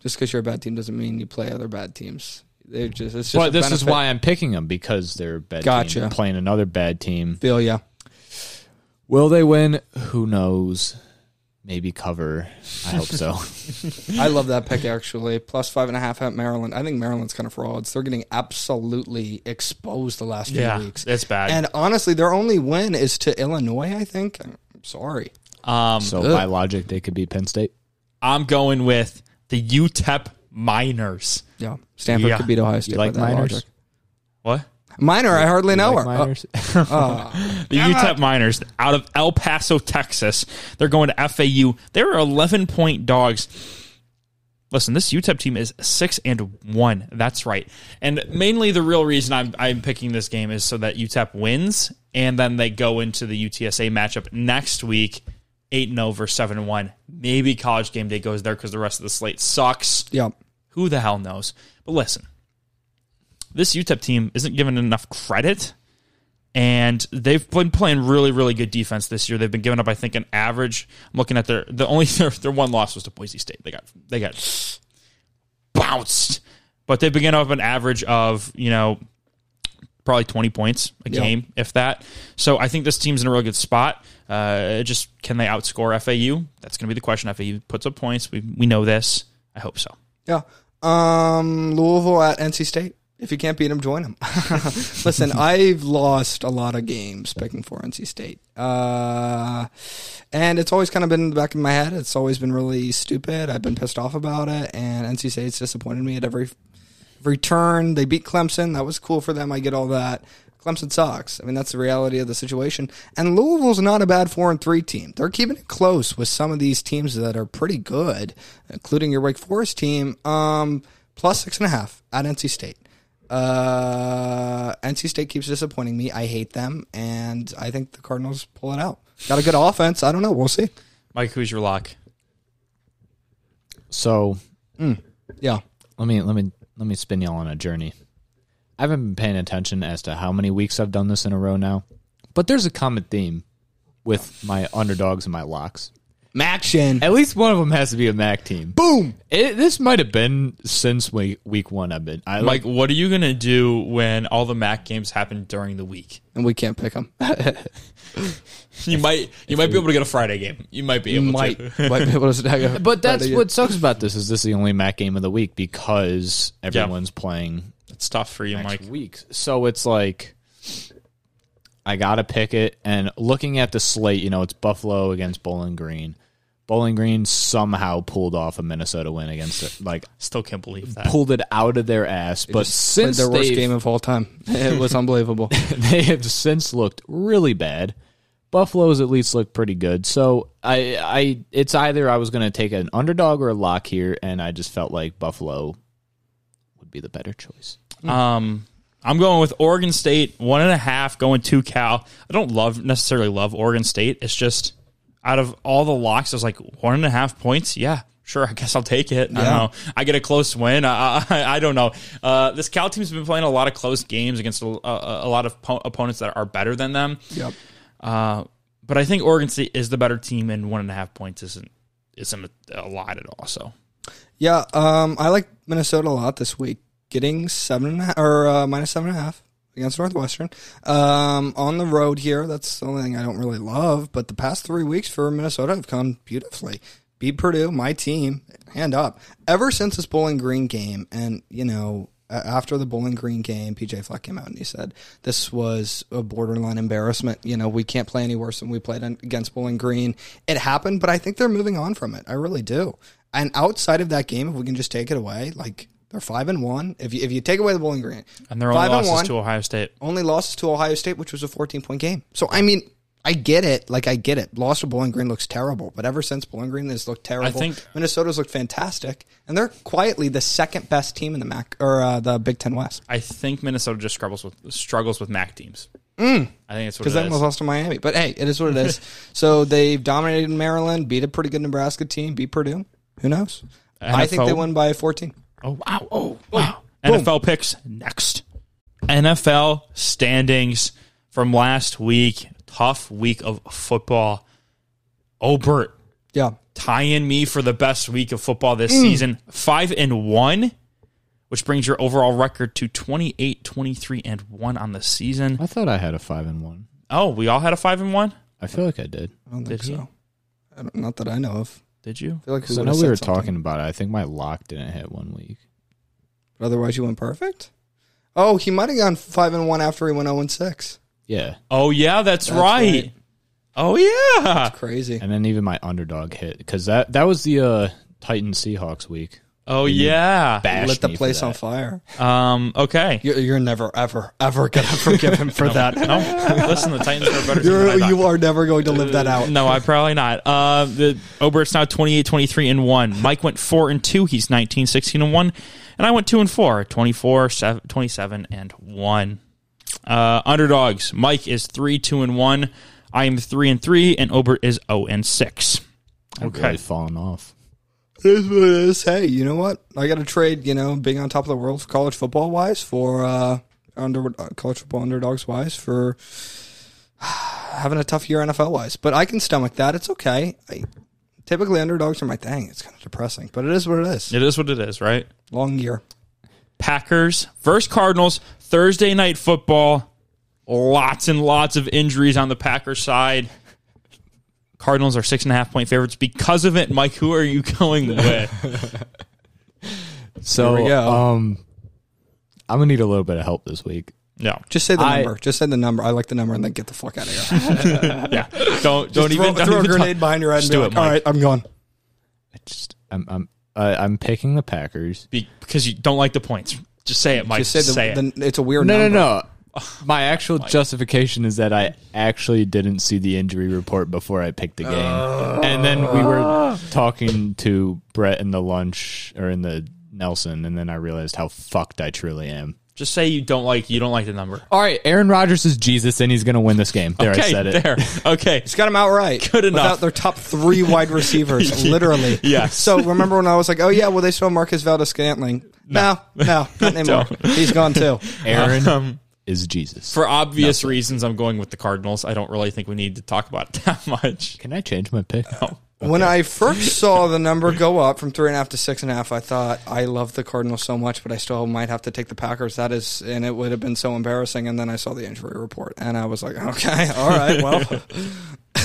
S2: Just because you're a bad team doesn't mean you play other bad teams. They just it's just. a
S3: But this is
S2: benefit.
S3: why I'm picking them because they're a bad. team.
S2: Gotcha.
S3: Playing another bad team.
S2: feel yeah.
S3: Will they win? Who knows? maybe cover. I hope so.
S2: I love that pick actually. Plus five and a half at Maryland. I think Maryland's kind of frauds. They're getting absolutely exposed the last few
S1: Yeah,
S2: weeks.
S1: that's bad.
S2: And honestly, their only win is to Illinois. I think. I'm sorry.
S1: Um,
S3: so by logic, they could be Penn State.
S1: I'm going with the UTEP Miners.
S2: Yeah, Stanford
S1: Yeah.
S2: could beat Ohio State.
S3: like
S2: by that
S3: minors?
S2: logic.
S1: What?
S2: Minor, I hardly know
S3: Like
S2: her. Uh,
S3: minors?
S1: The UTEP Miners out of El Paso, Texas. They're going to FAU. They're 11 point dogs. Listen, this UTEP team is six and one. That's right. And mainly the real reason I'm I'm picking this game is so that UTEP wins, and then they go into the UTSA matchup next week, eight and over seven and one. Maybe College Game Day goes there because the rest of the slate sucks.
S2: yeah,
S1: Who the hell knows? But listen, this UTEP team isn't given enough credit, and they've been playing really, really good defense this year. They've been giving up, I think, an average. I'm looking at their the only their, their one loss was to Boise State. They got they got bounced, but they've been giving up an average of you know probably 20 points a
S2: Yeah.
S1: game, if that. So I think this team's in a really good spot. Uh, just can they outscore FAU? That's going to be the question. FAU puts up points. We we know this. I hope so.
S2: yeah. Um, Louisville at NC State. If you can't beat them, join them. Listen, I've lost a lot of games picking for NC State, uh, and it's always kind of been in the back of my head. It's always been really stupid. I've been pissed off about it, and NC State's disappointed me at every every turn. They beat Clemson. That was cool for them. I get all that. Clemson sucks. I mean, that's the reality of the situation. And Louisville's not a bad four and three team. They're keeping it close with some of these teams that are pretty good, including your Wake Forest team. Um, plus six and a half at NC State. Uh, NC State keeps disappointing me. I hate them, and I think the Cardinals pull it out. Got a good offense. I don't know. We'll see.
S1: Mike, who's your lock?
S3: so
S2: Yeah,
S3: let me let me let me spin y'all on a journey. I haven't been paying attention as to how many weeks I've done this in a row now, but there's a common theme with my underdogs and my locks.
S2: Maction.
S3: At least one of them has to be a MAC team.
S2: Boom.
S3: It, this might have been since week week one. I've been. I like.
S1: Mike, what are you going to do when all the MAC games happen during the week?
S2: And we can't pick them.
S1: You might you might be able to get a Friday game. You might be able
S2: Might
S1: to.
S2: might be able to.
S3: But that's
S2: Friday, yeah.
S3: what sucks about this is this is the only MAC game of the week because everyone's playing
S1: It's tough for you, Mike.
S3: next week. So it's like I gotta pick it. And looking at the slate, you know, it's Buffalo against Bowling Green. Bowling Green somehow pulled off a Minnesota win against it, like
S1: Still can't believe that.
S3: pulled it out of their ass. but
S2: played
S3: since
S2: their worst
S3: they've-
S2: game of all time. It was unbelievable.
S3: they have since looked really bad. Buffalo's at least looked pretty good. So I I it's either I was gonna take an underdog or a lock here, and I just felt like Buffalo would be the better choice.
S1: Um, I'm going with Oregon State one and a half, going to Cal. I don't love necessarily love Oregon State. It's just out of all the locks, I was like one and a half points. Yeah, sure. I guess I'll take it. I don't know. I get a close win. I, I, I don't know. Uh, this Cal team's been playing a lot of close games against a, a, a lot of po- opponents that are better than them.
S2: Yep.
S1: Uh, but I think Oregon State is the better team, and one and a half points isn't isn't a, a lot at all. So
S2: Yeah. Um, I like Minnesota a lot this week. Getting seven and a half, or uh, minus seven and a half against Northwestern um, on the road here. That's the only thing I don't really love. But the past three weeks for Minnesota have come beautifully. Beat Purdue, my team, hand up. Ever since this Bowling Green game, and you know, a- after the Bowling Green game, PJ Fleck came out and he said this was a borderline embarrassment. You know, we can't play any worse than we played on- against Bowling Green. It happened, but I think they're moving on from it. I really do. And outside of that game, if we can just take it away, like they're five and one. If you, if you take away the Bowling Green,
S1: and their only
S2: Five and
S1: losses
S2: one.
S1: to Ohio State.
S2: only losses to Ohio State, which was a 14 point game. So, I mean, I get it. Like, I get it. Loss to Bowling Green looks terrible, but ever since Bowling Green has looked terrible,
S1: think-
S2: Minnesota's looked fantastic, and they're quietly the second best team in the MAC or uh, the Big Ten West
S1: I think Minnesota just struggles with struggles with MAC teams. I think that's what
S2: because
S1: it is.
S2: they almost lost to Miami. But hey, it is what it is. so they've dominated Maryland, beat a pretty good Nebraska team, beat Purdue. Who knows? I think
S1: NFL.
S2: they won by 14.
S1: oh wow! Oh wow! NFL picks next. NFL standings from last week. Tough week of football. Obert
S2: Yeah.
S1: tying me for the best week of football this season. Five and one, which brings your overall record to 28, 23, and one on the season.
S3: I thought I had a five and one.
S1: Oh, we all had a five and one?
S3: I feel like I did.
S2: I don't think
S1: Did he?
S2: so. I don't, not that I know of.
S1: Did you?
S2: I feel like
S3: Because I know
S2: would've
S3: we
S2: said
S3: were
S2: something.
S3: talking about it. I think my lock didn't hit one week.
S2: But otherwise, you went perfect. Oh, he might have gone five and one after he went zero and six.
S3: Yeah,
S1: Oh yeah, that's, right.
S2: right.
S1: Oh yeah.
S2: Crazy.
S3: and then even my underdog hit because that that was the uh, Titan Seahawks week.
S1: Oh yeah.
S3: Bashed
S2: Lit the
S3: me for
S2: place on
S3: that.
S2: fire.
S1: Um. Okay.
S2: You're, you're never, ever, ever gonna forgive him for that.
S1: No. Listen, the Titans are a better. team than I
S2: You're,
S1: thought.
S2: you are never going to live that out.
S1: No, I probably not. Uh, the Obert's now 28, 23, and 1. Mike went 4 and 2. He's 19, 16, and 1. And I went 2 and 4, 24, 7, 27, and 1. Uh, underdogs. Mike is 3, 2, and 1. I am 3 and 3, and Obert is 0 and 6.
S3: I've really fallen off.
S2: It is what it is. Hey, you know what? I got to trade. You know, being on top of the world college football wise for uh, under uh, college football underdogs wise for having a tough year NFL wise. But I can stomach that. It's okay. I, typically, underdogs are my thing. It's kind of depressing, but it is what it is.
S1: It is what it is, right?
S2: Long year.
S1: Packers versus Cardinals, Thursday night football. Lots and lots of injuries on the Packers side. Cardinals are six and a half point favorites because of it. Mike, who are you going with?
S3: So
S2: Here we go.
S3: um, I'm gonna need a little bit of help this week.
S1: No,
S2: Just say the
S3: I-
S2: number. Just say the number. I like the number, and then get the fuck out of here.
S1: yeah. Don't don't
S2: Just
S1: even
S2: throw,
S1: don't
S2: throw a
S1: even talk-
S2: grenade behind your head.
S1: Just
S2: and
S1: do
S2: be like,
S1: it,
S2: All
S1: Mike.
S2: right, I'm gone.
S3: I just I'm I'm uh, I'm picking the Packers.
S1: Be- because you don't like the points. Just say it, Mike.
S2: Just say, the,
S1: say it.
S2: the- It's a weird
S3: No, no,
S2: number.
S3: no. My actual justification is that I actually didn't see the injury report before I picked the game, and then we
S1: Ah.
S3: were talking to Brett in the lunch or in the Nelson, and then I realized how fucked I truly am.
S1: Just say you don't like you don't like the number.
S3: All right, Aaron Rodgers is Jesus, and he's gonna win this game. There, I
S1: okay,
S3: said it.
S1: there. Okay.
S2: It's got them outright.
S1: Good enough.
S2: Without their top three wide receivers, literally.
S1: Yes.
S2: So remember when I was like, oh, yeah, well, they saw Marcus Valdez Scantling. No, no, not anymore. He's gone too.
S3: Aaron is Jesus.
S1: Um, For obvious reasons, I'm going with the Cardinals. I don't really think we need to talk about it that much.
S3: Can I change my pick?
S2: When I first saw the number go up from three and a half to six and a half, I thought, I love the Cardinals so much, but I still might have to take the Packers. That is, and it would have been so embarrassing. And then I saw the injury report and I was like, okay, all right, well,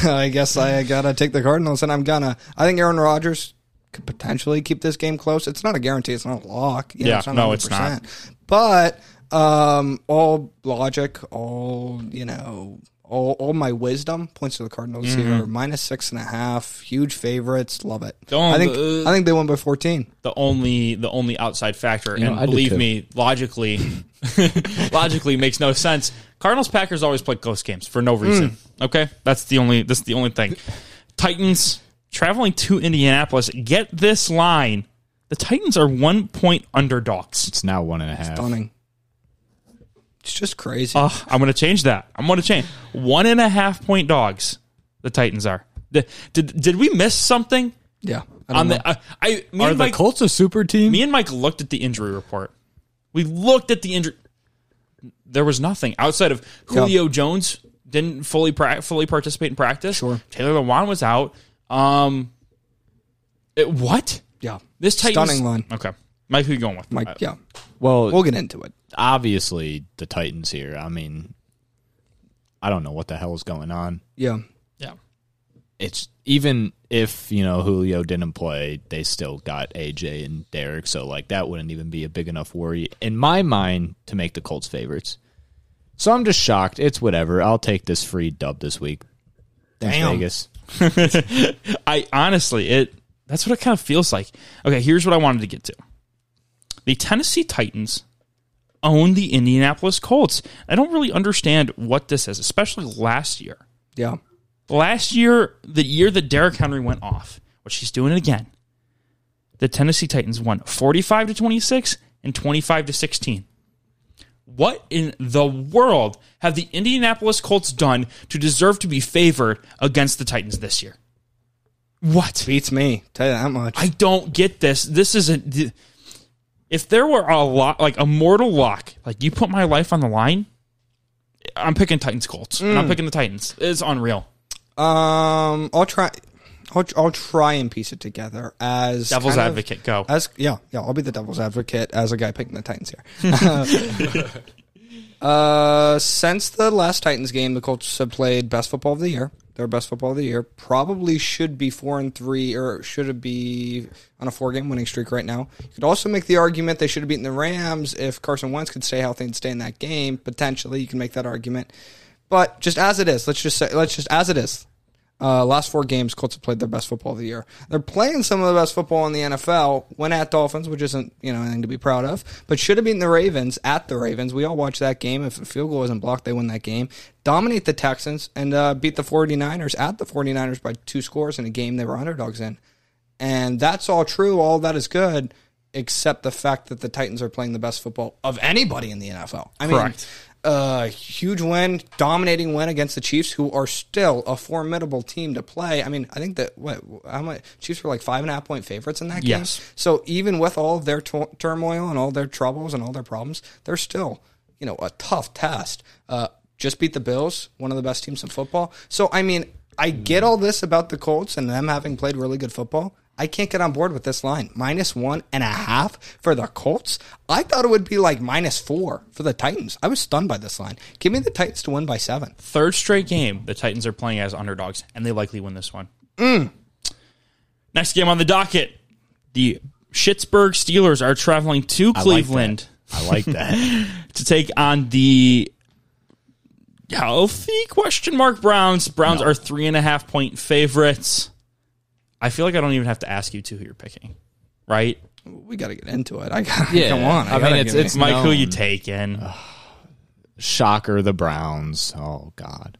S2: I guess I got to take the Cardinals and I'm gonna. I think Aaron Rodgers could potentially keep this game close. It's not a guarantee, it's not a lock. You know,
S1: Yeah, no, it's
S2: 100%. But um, all logic, all, you know, all, all my wisdom points to the Cardinals here.
S1: Mm-hmm.
S2: Minus six and a half, huge favorites. Love it.
S1: Don't-
S2: I think
S1: uh,
S2: I think they won by 14.
S1: The only the only outside factor,
S3: know,
S1: and
S3: I did
S1: believe
S3: too.
S1: me, logically, logically makes no sense. Cardinals Packers always play close games for no reason.
S3: Mm.
S1: Okay, that's the only that's the only thing. Titans traveling to Indianapolis. Get this line: the Titans are one point underdogs.
S3: It's now one and a half.
S2: Stunning. It's just crazy.
S1: Ugh, I'm going to change that. I'm going to change one and a half point dogs. The Titans are. Did did, did we miss something
S2: yeah. I don't
S1: on
S2: know.
S1: the? I, I me
S3: Are
S1: and
S3: the
S1: Mike.
S3: Colts a super team?
S1: me and Mike looked at the injury report. We looked at the injury. There was nothing outside of Julio Jones didn't fully pra- fully participate in practice.
S2: Sure.
S1: Taylor Lewan was out. Um, it- what
S2: yeah.
S1: this Titans
S2: Stunning line.
S1: Okay, Mike, who you going with?
S2: Mike,
S1: Uh,
S2: yeah.
S3: well,
S2: We'll get into it.
S3: obviously the Titans here. I mean, I don't know what the hell is going on.
S2: Yeah.
S1: yeah.
S3: It's even if you know Julio didn't play, they still got AJ and Derek, so like that wouldn't even be a big enough worry in my mind to make the Colts favorites. So I'm just shocked. It's whatever. I'll take this free dub this week. Thanks,
S2: Damn.
S3: Vegas.
S1: I honestly, it that's what it kind of feels like. Okay, here's what I wanted to get to. The Tennessee Titans own the Indianapolis Colts. I don't really understand what this is, especially last year.
S2: Yeah.
S1: Last year, the year that Derrick Henry went off, which he's doing it again. The Tennessee Titans won 45 to 26 and 25 to 16. What in the world have the Indianapolis Colts done to deserve to be favored against the Titans this year? What?
S2: Beats me. Tell you that much.
S1: I don't get this. This isn't. th- If there were a lot, like a mortal lock, like you put my life on the line, I'm picking Titans Colts, and
S2: Mm.
S1: I'm picking the Titans. It's unreal.
S2: Um, I'll try. I'll, I'll try and piece it together as
S1: Devil's
S2: kind of-
S1: advocate, go.
S2: as yeah, yeah. I'll be the devil's advocate as a guy picking the Titans here. uh, since the last Titans game, the Colts have played best football of the year. their best football of the year. Probably should be four and three, or should it be on a four game winning streak right now. You could also make the argument they should have beaten the Rams if Carson Wentz could stay healthy and stay in that game. Potentially, you can make that argument. But just as it is, let's just say, let's just as it is. Uh, last four games, Colts have played their best football of the year. They're playing some of the best football in the NFL. Went at Dolphins, which isn't you know anything to be proud of, but should have beaten the Ravens at the Ravens. We all watched that game. If a field goal wasn't blocked, they win that game. Dominate the Texans and uh, beat the 49ers at the 49ers by two scores in a game they were underdogs in. And that's all true. All that is good, except the fact that the Titans are playing the best football of anybody in the NFL. I mean,
S1: Correct.
S2: a huge win, dominating win against the Chiefs, who are still a formidable team to play. I mean, I think that what how much Chiefs were like five and a half point favorites in that
S1: Yes.
S2: game. So even with all of their tu- turmoil and all their troubles and all their problems, they're still you know a tough test. Uh, just beat the Bills, one of the best teams in football. So I mean, I get all this about the Colts and them having played really good football. I can't get on board with this line minus one and a half for the Colts. I thought it would be like minus four for the Titans. I was stunned by this line. Give me the Titans to win by seven.
S1: Third straight game, the Titans are playing as underdogs, and they likely win this one. Next game on the docket, the Pittsburgh Steelers are traveling to Cleveland
S3: I like that.
S1: to take on the healthy question mark Browns. Browns are three and a half point favorites. I feel like I don't even have to ask you two who you're picking, right?
S2: We got to get into it. I got
S3: Yeah.
S2: come on.
S3: I mean,
S2: gotta
S3: it's-
S2: get
S3: it's-
S2: in.
S1: Mike, who
S3: known.
S1: you taking?
S3: Shocker, the Browns. Oh God,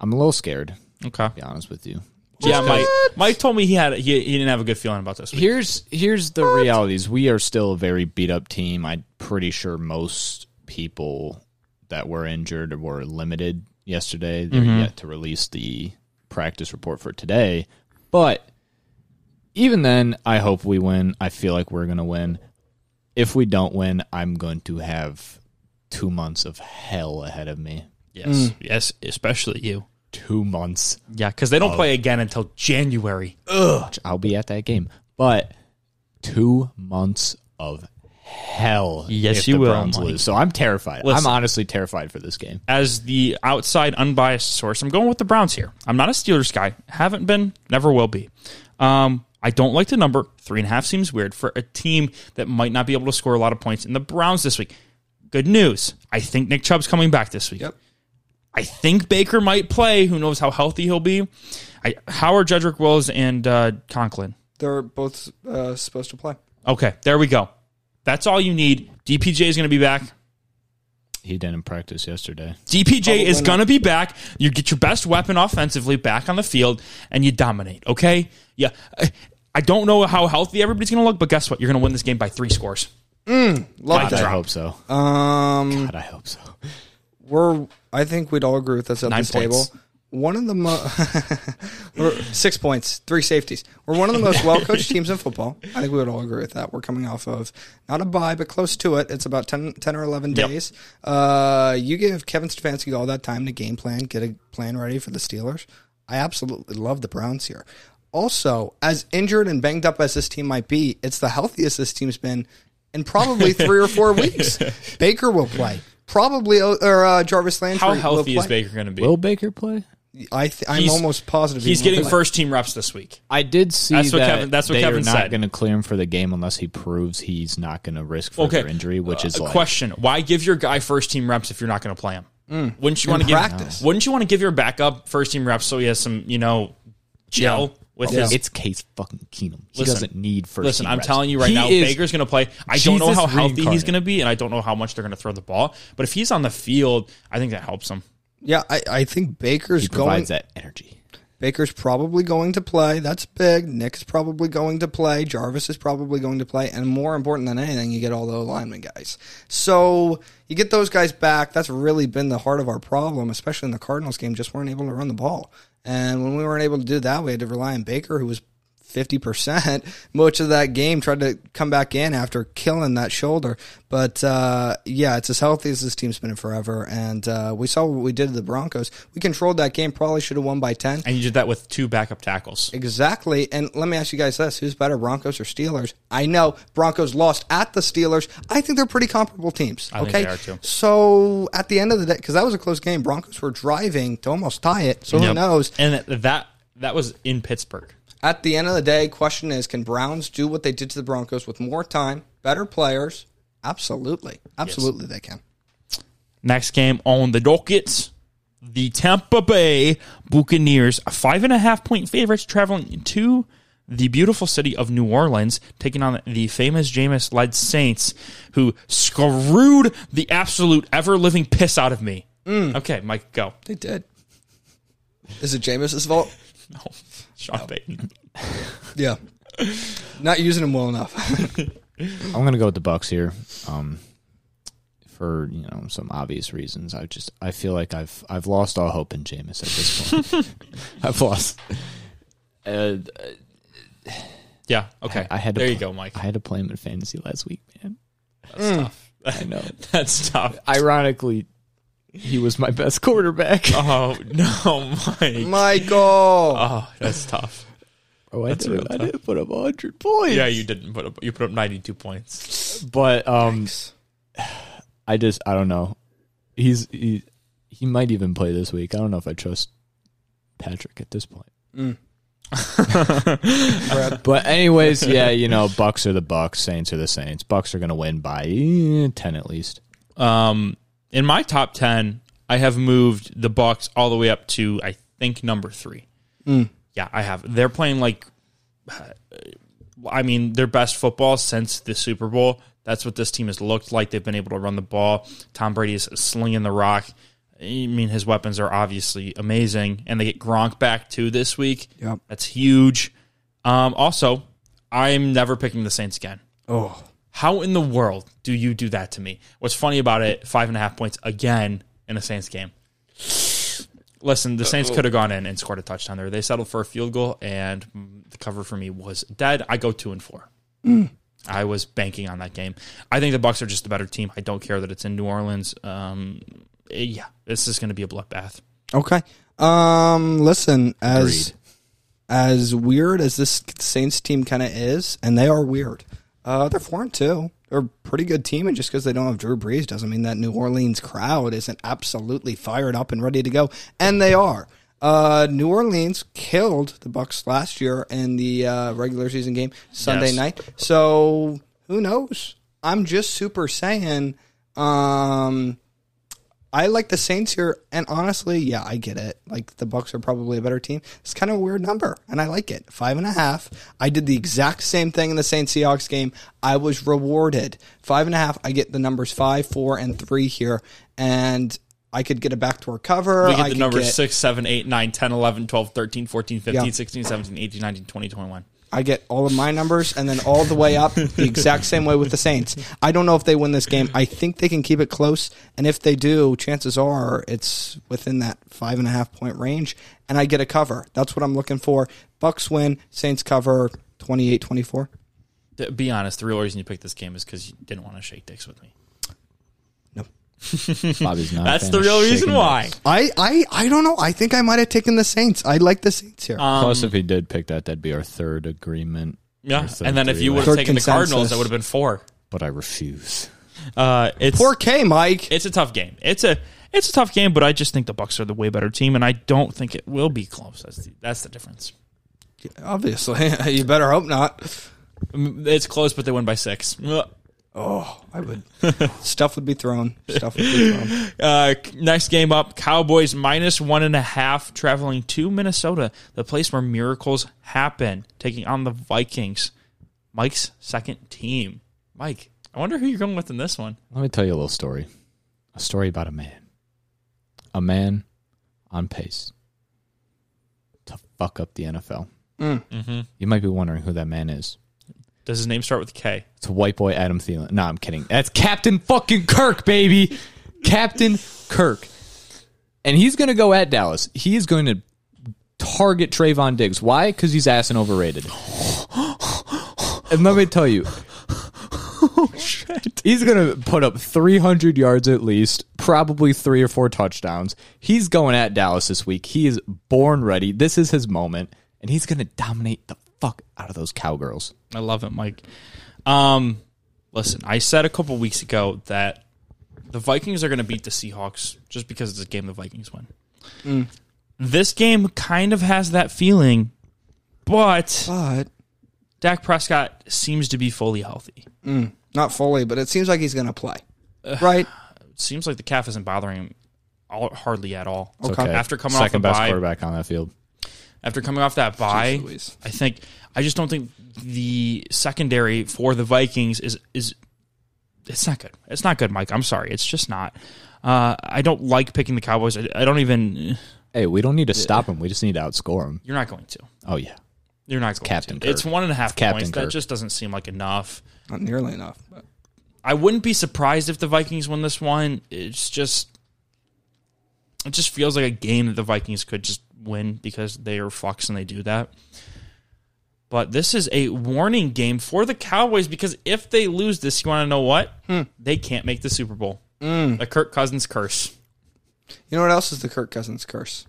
S3: I'm a little scared. To
S1: okay.
S3: be honest with you.
S1: Yeah, Mike. Mike told me he had he, he didn't have a good feeling about this. Week.
S3: Here's here's the realities. We are still a very beat up team. I'm pretty sure most people that were injured were limited yesterday. They're yet to release the practice report for today. But even then, I hope we win. I feel like we're gonna win. If we don't win, I'm going to have two months of hell ahead of me.
S1: Yes, yes, especially you.
S3: Two months.
S1: Yeah, because they don't play again until January.
S3: I'll be at that game. But two months of hell.
S1: Yes,
S3: if
S1: you
S3: the
S1: will,
S3: Browns
S1: Mike.
S3: lose. So I'm terrified.
S1: Listen.
S3: I'm honestly terrified for this game.
S1: As the outside unbiased source, I'm going with the Browns here. I'm not a Steelers guy. Haven't been, never will be. Um, I don't like the number. Three and a half seems weird for a team that might not be able to score a lot of points in the Browns this week. Good news. I think Nick Chubb's coming back this week.
S2: Yep.
S1: I think Baker might play. Who knows how healthy he'll be? I, how are Jedrick Wills and uh, Conklin?
S2: They're both uh, supposed to play.
S1: Okay, there we go. That's all you need. DPJ is going to be back.
S3: He didn't practice yesterday.
S1: DPJ is
S2: not?
S1: going to be back. You get your best weapon offensively back on the field and you dominate, okay? Yeah. I- I don't know how healthy everybody's going to look, but guess what? You're going to win this game by three scores.
S2: Love
S3: I
S2: that.
S3: hope so.
S2: Um,
S3: God, I hope so.
S2: we're I think we'd all agree with us at
S1: Nine
S2: this
S1: points.
S2: table. One of the mo- we're- six points, three safeties. We're one of the most well coached teams in football. I think we would all agree with that. We're coming off of not a bye, but close to it. It's about 10, 10 or eleven
S1: Yep.
S2: days. Uh, you give Kevin Stefanski all that time to game plan, get a plan ready for the Steelers. I absolutely love the Browns here. Also, as injured and banged up as this team might be, it's the healthiest this team's been in probably three or four weeks. Baker will play. Probably, or uh, Jarvis Landry.
S1: How
S2: will
S1: healthy is
S2: play.
S1: Baker going to be?
S3: Will Baker play?
S2: I th- I'm
S1: He's-
S2: almost positive
S1: He's
S2: he will
S1: getting
S2: play.
S1: first team reps this week.
S3: I did see
S1: That's what
S3: that
S1: Kevin- that's what
S3: they
S1: Kevin
S3: are
S1: said.
S3: not going to clear him for the game unless he proves he's not going to risk further
S1: Okay. Uh,
S3: injury, which is
S1: A
S3: like
S1: question: Why give your guy first team reps if you're not going to play him? Wouldn't you want to give?
S2: Mm. practice.
S1: Wouldn't you want to give your backup first team reps so he has some, you know, gel with his?
S3: It's Case fucking Keenum. He
S1: Listen.
S3: doesn't need first.
S1: Listen,
S3: team
S1: I'm
S3: reps.
S1: telling you right
S3: He
S1: now,
S3: is-
S1: Baker's going to play. I don't know
S3: Jesus
S1: how healthy he's
S3: reincarnate.
S1: going to be, and I don't know how much they're going to throw the ball. But if he's on the field, I think that helps him.
S2: Yeah, I, I think Baker's
S3: He
S2: going.
S3: provides that energy.
S2: Baker's probably going to play. That's big. Nick's probably going to play. Jarvis is probably going to play. And more important than anything, you get all the lineman guys. So you get those guys back. That's really been the heart of our problem, especially in the Cardinals game. Just weren't able to run the ball. And when we weren't able to do that, we had to rely on Baker, who was 50%. Much of that game tried to come back in after killing that shoulder. But uh, yeah, it's as healthy as this team's been in forever. And uh, we saw what we did to the Broncos. We controlled that game, probably should have won by 10.
S1: And you did that with two backup tackles.
S2: Exactly. And let me ask you guys this who's better, Broncos or Steelers? I know Broncos lost at the Steelers. I think they're pretty comparable teams.
S1: I think
S2: okay.
S1: they are, too.
S2: So at the end of the day, because that was a close game, Broncos were driving to almost tie it. So who
S1: Yep.
S2: knows?
S1: And that that was in Pittsburgh.
S2: At the end of the day, question is can Browns do what they did to the Broncos with more time, better players? Absolutely. Absolutely they can.
S1: Next game on the docket, the Tampa Bay Buccaneers, a five and a half point favorites, traveling to the beautiful city of New Orleans, taking on the famous Jameis led Saints, who screwed the absolute ever living piss out of me.
S3: Mm.
S1: Okay, Mike, go.
S2: They did. Is it Jameis's fault?
S1: No, Oh, Sean Payton.
S2: Yeah. Not using him well enough.
S3: I'm gonna go with the Bucks here, um, for you know some obvious reasons. I just I feel like I've I've lost all hope in Jameis at this point. I've lost. Uh,
S1: Yeah, okay.
S3: I had to
S1: there you
S3: pl-
S1: go, Mike.
S3: I had to play him in fantasy last week, man.
S1: That's
S3: Mm.
S1: tough.
S3: I know.
S1: That's tough.
S3: Ironically, he was my best quarterback.
S1: Oh, no, Mike.
S2: Michael.
S1: Oh, that's tough.
S3: Oh, I, didn't, I
S1: tough.
S3: didn't put up 100 points.
S1: Yeah, you didn't put up, you put up 92 points.
S3: but um, I just I don't know. He's he he might even play this week. I don't know if I trust Patrick at this point.
S1: Uh,
S2: Brad.
S3: But anyways, yeah, you know, Bucks are the Bucks, Saints are the Saints. Bucks are going to win by eh, ten at least.
S1: Um, in my top ten, I have moved the Bucks all the way up to I think number three. Yeah, I have. They're playing like, I mean, their best football since the Super Bowl. That's what this team has looked like. They've been able to run the ball. Tom Brady is slinging the rock. I mean, his weapons are obviously amazing, and they get Gronk back too this week.
S2: Yep.
S1: that's huge. Um, also, I'm never picking the Saints again.
S2: Oh.
S1: How in the world do you do that to me? What's funny about it, five and a half points again in a Saints game. Listen, the Saints could have gone in and scored a touchdown there. They settled for a field goal, and mm, the cover for me was dead. I go two and four.
S2: Mm.
S1: I was banking on that game. I think the Bucks are just a better team. I don't care that it's in New Orleans. Um, eh, yeah, this is going to be a bloodbath.
S2: Okay. Um. Listen, as as weird as this Saints team kind of is, and they are weird. Uh, they're four and two. They're a pretty good team, and just because they don't have Drew Brees doesn't mean that New Orleans crowd isn't absolutely fired up and ready to go. And they are. Uh, New Orleans killed the Bucks last year in the uh, regular season game Sunday
S1: Yes.
S2: night. So who knows? I'm just super saying. Um, I like the Saints here, and honestly, yeah, I get it. Like the Bucks are probably a better team. It's kind of a weird number, and I like it. Five and a half. I did the exact same thing in the Saints Seahawks game. I was rewarded. Five and a half. I get the numbers five, four, and three here, and I could get a backdoor cover.
S1: We
S2: I
S1: get the
S2: could
S1: numbers
S2: get-
S1: six, seven, eight, nine, 10, 11, 12, 13, 14, 15,
S2: Yeah.
S1: 16, 17, 18, 19, 20, 21.
S2: I get all of my numbers and then all the way up the exact same way with the Saints. I don't know if they win this game. I think they can keep it close, and if they do, chances are it's within that five and a half point range, and I get a cover. That's what I'm looking for. Bucks win, Saints cover 28 24.
S1: To be honest, the real reason you picked this game is because you didn't want to shake dicks with me.
S2: No.
S3: Bobby's not. a
S1: That's
S3: fan
S1: the
S3: of
S1: real reason
S3: shaking
S1: why.
S3: dicks.
S2: I, I, I don't know. I think I might have taken the Saints. I like the Saints here.
S3: Plus, if he did pick that, that'd be our third agreement.
S1: Um, Yeah,
S3: Or third
S1: and then if you
S3: three-way.
S1: would have
S2: Third
S1: taken the
S2: consensus.
S1: Cardinals, that would have been four.
S3: But I refuse.
S1: Uh, it's
S2: 4K, Mike.
S1: it's a tough game. It's a it's a tough game, but I just think the Bucks are the way better team, and I don't think it will be close. That's the, that's the difference.
S2: Obviously. you better hope not.
S1: Mm, It's close, but they win by six. Ugh.
S2: Oh, I would. Stuff would be thrown. Stuff would be thrown.
S1: Uh, next game up, Cowboys minus one and a half, traveling to Minnesota, the place where miracles happen, taking on the Vikings, Mike's second team. Mike, I wonder who you're going with in this one.
S3: Let me tell you a little story. A story about a man. A man on pace to fuck up the NFL.
S1: Mm.
S3: You might be wondering who that man is.
S1: Does his name start with K?
S3: It's white boy Adam Thielen. No, I'm kidding. That's Captain fucking Kirk, baby. Captain Kirk. And he's going to go at Dallas. He is going to target Trayvon Diggs. Why? Because he's ass and overrated. and let me tell you, he's going to put up 300 yards at least, probably three or four touchdowns. He's going at Dallas this week. He is born ready. This is his moment, and he's going to dominate the fuck out of those cowgirls.
S1: I love it, Mike. Um, listen, I said a couple weeks ago that the Vikings are going to beat the Seahawks just because it's a game the Vikings win. This game kind of has that feeling, but
S2: But
S1: Dak Prescott seems to be fully healthy.
S2: not fully, but it seems like he's going to play. Right?
S1: It seems like the calf isn't bothering him all, hardly at all.
S2: Okay.
S1: After coming off the
S3: second best
S1: bye,
S3: quarterback on that field.
S1: after coming off that bye,
S2: Jeez Louise.
S1: I think I just don't think the secondary for the Vikings is is it's not good. It's not good, Mike. I'm sorry. It's just not. Uh, I don't like picking the Cowboys. I, I don't even.
S3: Hey, we don't need to stop him. We just need to outscore him.
S1: You're not going to.
S3: Oh yeah,
S1: You're not going
S3: Captain
S1: to.
S3: Kirk.
S1: It's one and a half
S3: Captain
S1: points. That
S3: Kirk.
S1: just doesn't seem like enough.
S2: Not nearly enough. But
S1: I wouldn't be surprised if the Vikings win this one. It's just it just feels like a game that the Vikings could just win because they are fucks and they do that. But this is a warning game for the Cowboys because if they lose this, you want to know what? They can't make the Super Bowl. The Kirk Cousins curse.
S2: you know what else is the Kirk Cousins curse?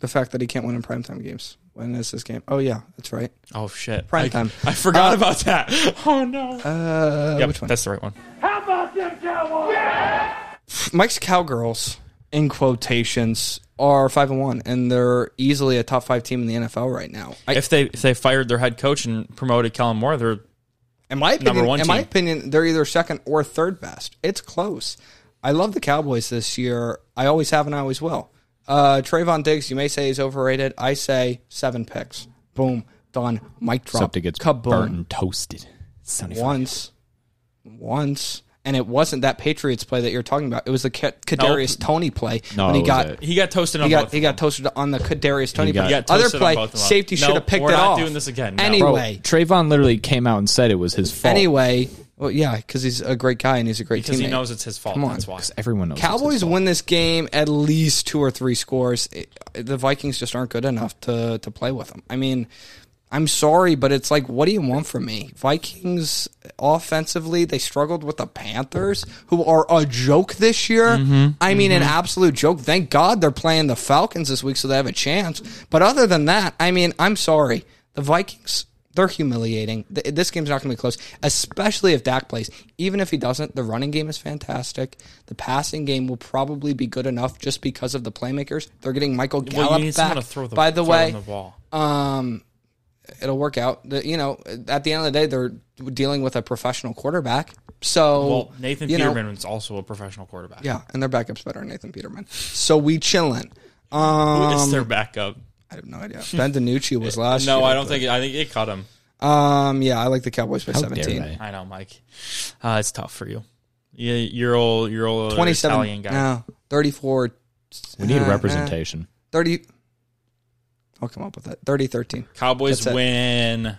S2: The fact that he can't win in primetime games. When is this game? Oh, yeah, that's right.
S1: Oh shit!
S2: Prime
S1: I,
S2: time.
S1: I forgot about that. Oh no.
S2: Uh,
S1: Uh, yep,
S2: which one?
S1: that's the right one.
S4: How about them Cowboys?
S2: Mike's Cowgirls, in quotations, are 5 and 1, and they're easily a top five team in the NFL right now. I,
S1: If they if they fired their head coach and promoted Kellen Moore, they're
S2: In my opinion,
S1: Number one
S2: in my
S1: team.
S2: opinion, they're either second or third best. It's close. I love the Cowboys this year. I always have and I always will. Uh, Trayvon Diggs, you may say he's overrated. I say seven picks. Boom, done. Mic drop.
S3: except it gets
S2: Kaboom.
S3: burnt and toasted. Seventy five.
S2: once, once, and it wasn't that Patriots play that you're talking about. It was the Ka- Kadarius Tony play
S3: No,
S2: when he
S3: it was
S2: got
S3: it.
S1: he got toasted on
S2: he got
S1: both.
S2: he got toasted on the Kadarius Tony play.
S3: got- He
S1: got
S2: Other
S1: toasted on
S2: play,
S1: both of them.
S2: safety
S1: No,
S2: should have picked
S1: we're
S2: it
S1: not
S2: off.
S1: doing this again. No.
S3: Bro,
S2: Anyway,
S3: Trayvon literally came out and said it was his fault.
S2: Anyway, well, yeah, because he's a great guy and he's a great
S1: because
S2: teammate.
S1: he knows it's his fault.
S2: Come on.
S1: That's why.
S3: everyone knows. it's his
S2: Cowboys
S3: fault.
S2: win this game at least two or three scores. It- the Vikings just aren't good enough to to play with them. I mean, I'm sorry, but it's like, what do you want from me? Vikings offensively, they struggled with the Panthers, who are a joke this year.
S1: Mm-hmm.
S2: I mean, an absolute joke. Thank God they're playing the Falcons this week, so they have a chance. But other than that, I mean, I'm sorry, the Vikings. They're humiliating. Th- This game's not going to be close, especially if Dak plays. Even if he doesn't, the running game is fantastic. The passing game will probably be good enough just because of the playmakers. They're getting Michael
S1: Well,
S2: Gallup
S1: you need
S2: back.
S1: someone to throw the
S2: by the
S1: throw
S2: way,
S1: them the ball.
S2: um, it'll work out. The- you know, at the end of the day, they're dealing with a professional quarterback. So
S1: Well, Nathan
S2: you know,
S1: Peterman is also a professional quarterback.
S2: yeah, and their backup's better than Nathan Peterman. So we chillin'.
S1: Who
S2: Um,
S1: is their backup?
S2: I have no idea. Ben DiNucci was last.
S1: No,
S2: year,
S1: I don't think. I think it cut him.
S2: but- Um, yeah, I like the Cowboys by
S3: How dare
S2: seventeen.
S3: they?
S1: I know, Mike. Uh, it's tough for you. Yeah, you're old. You're old.
S2: Twenty-seven.
S1: Italian guy.
S2: No, thirty-four.
S3: We need
S2: Uh,
S3: representation.
S2: Thirty. I'll come up with that. 30 13.
S1: Cowboys
S2: That's it.
S1: win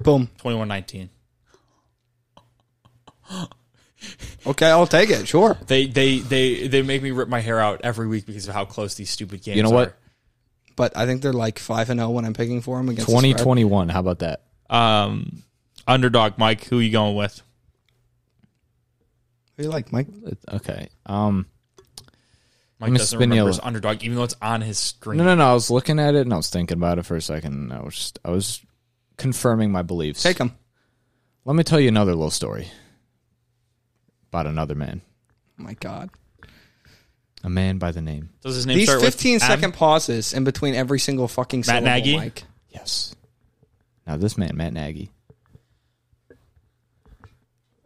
S2: Boom.
S1: 21-19.
S2: Okay, I'll take it. Sure.
S1: They they they they make me rip my hair out every week because of how close these stupid games.
S3: You know what?
S2: But I think they're like 5 and 0 when I'm picking for them against the
S3: Twenty
S2: spread.
S3: twenty one. How about that?
S1: are. Um, underdog, Mike. Who you going with?
S2: Who you like, Mike?
S3: Okay. Um.
S1: Mike
S3: gonna
S1: doesn't
S3: spin you
S1: remember
S3: a-
S1: his underdog, even though it's on his screen.
S3: No, no, no. I was looking at it and I was thinking about it for a second. And I was just, I was confirming my beliefs.
S2: Take them.
S3: Let me tell you another little story about another man,
S2: Oh my God.
S3: a man by the name.
S1: Does his name
S2: These
S1: start with
S2: 15
S1: M?
S2: second pauses in between every single fucking syllable,
S1: Nagy?
S2: Mike.
S3: Yes. Now this man, Matt Nagy.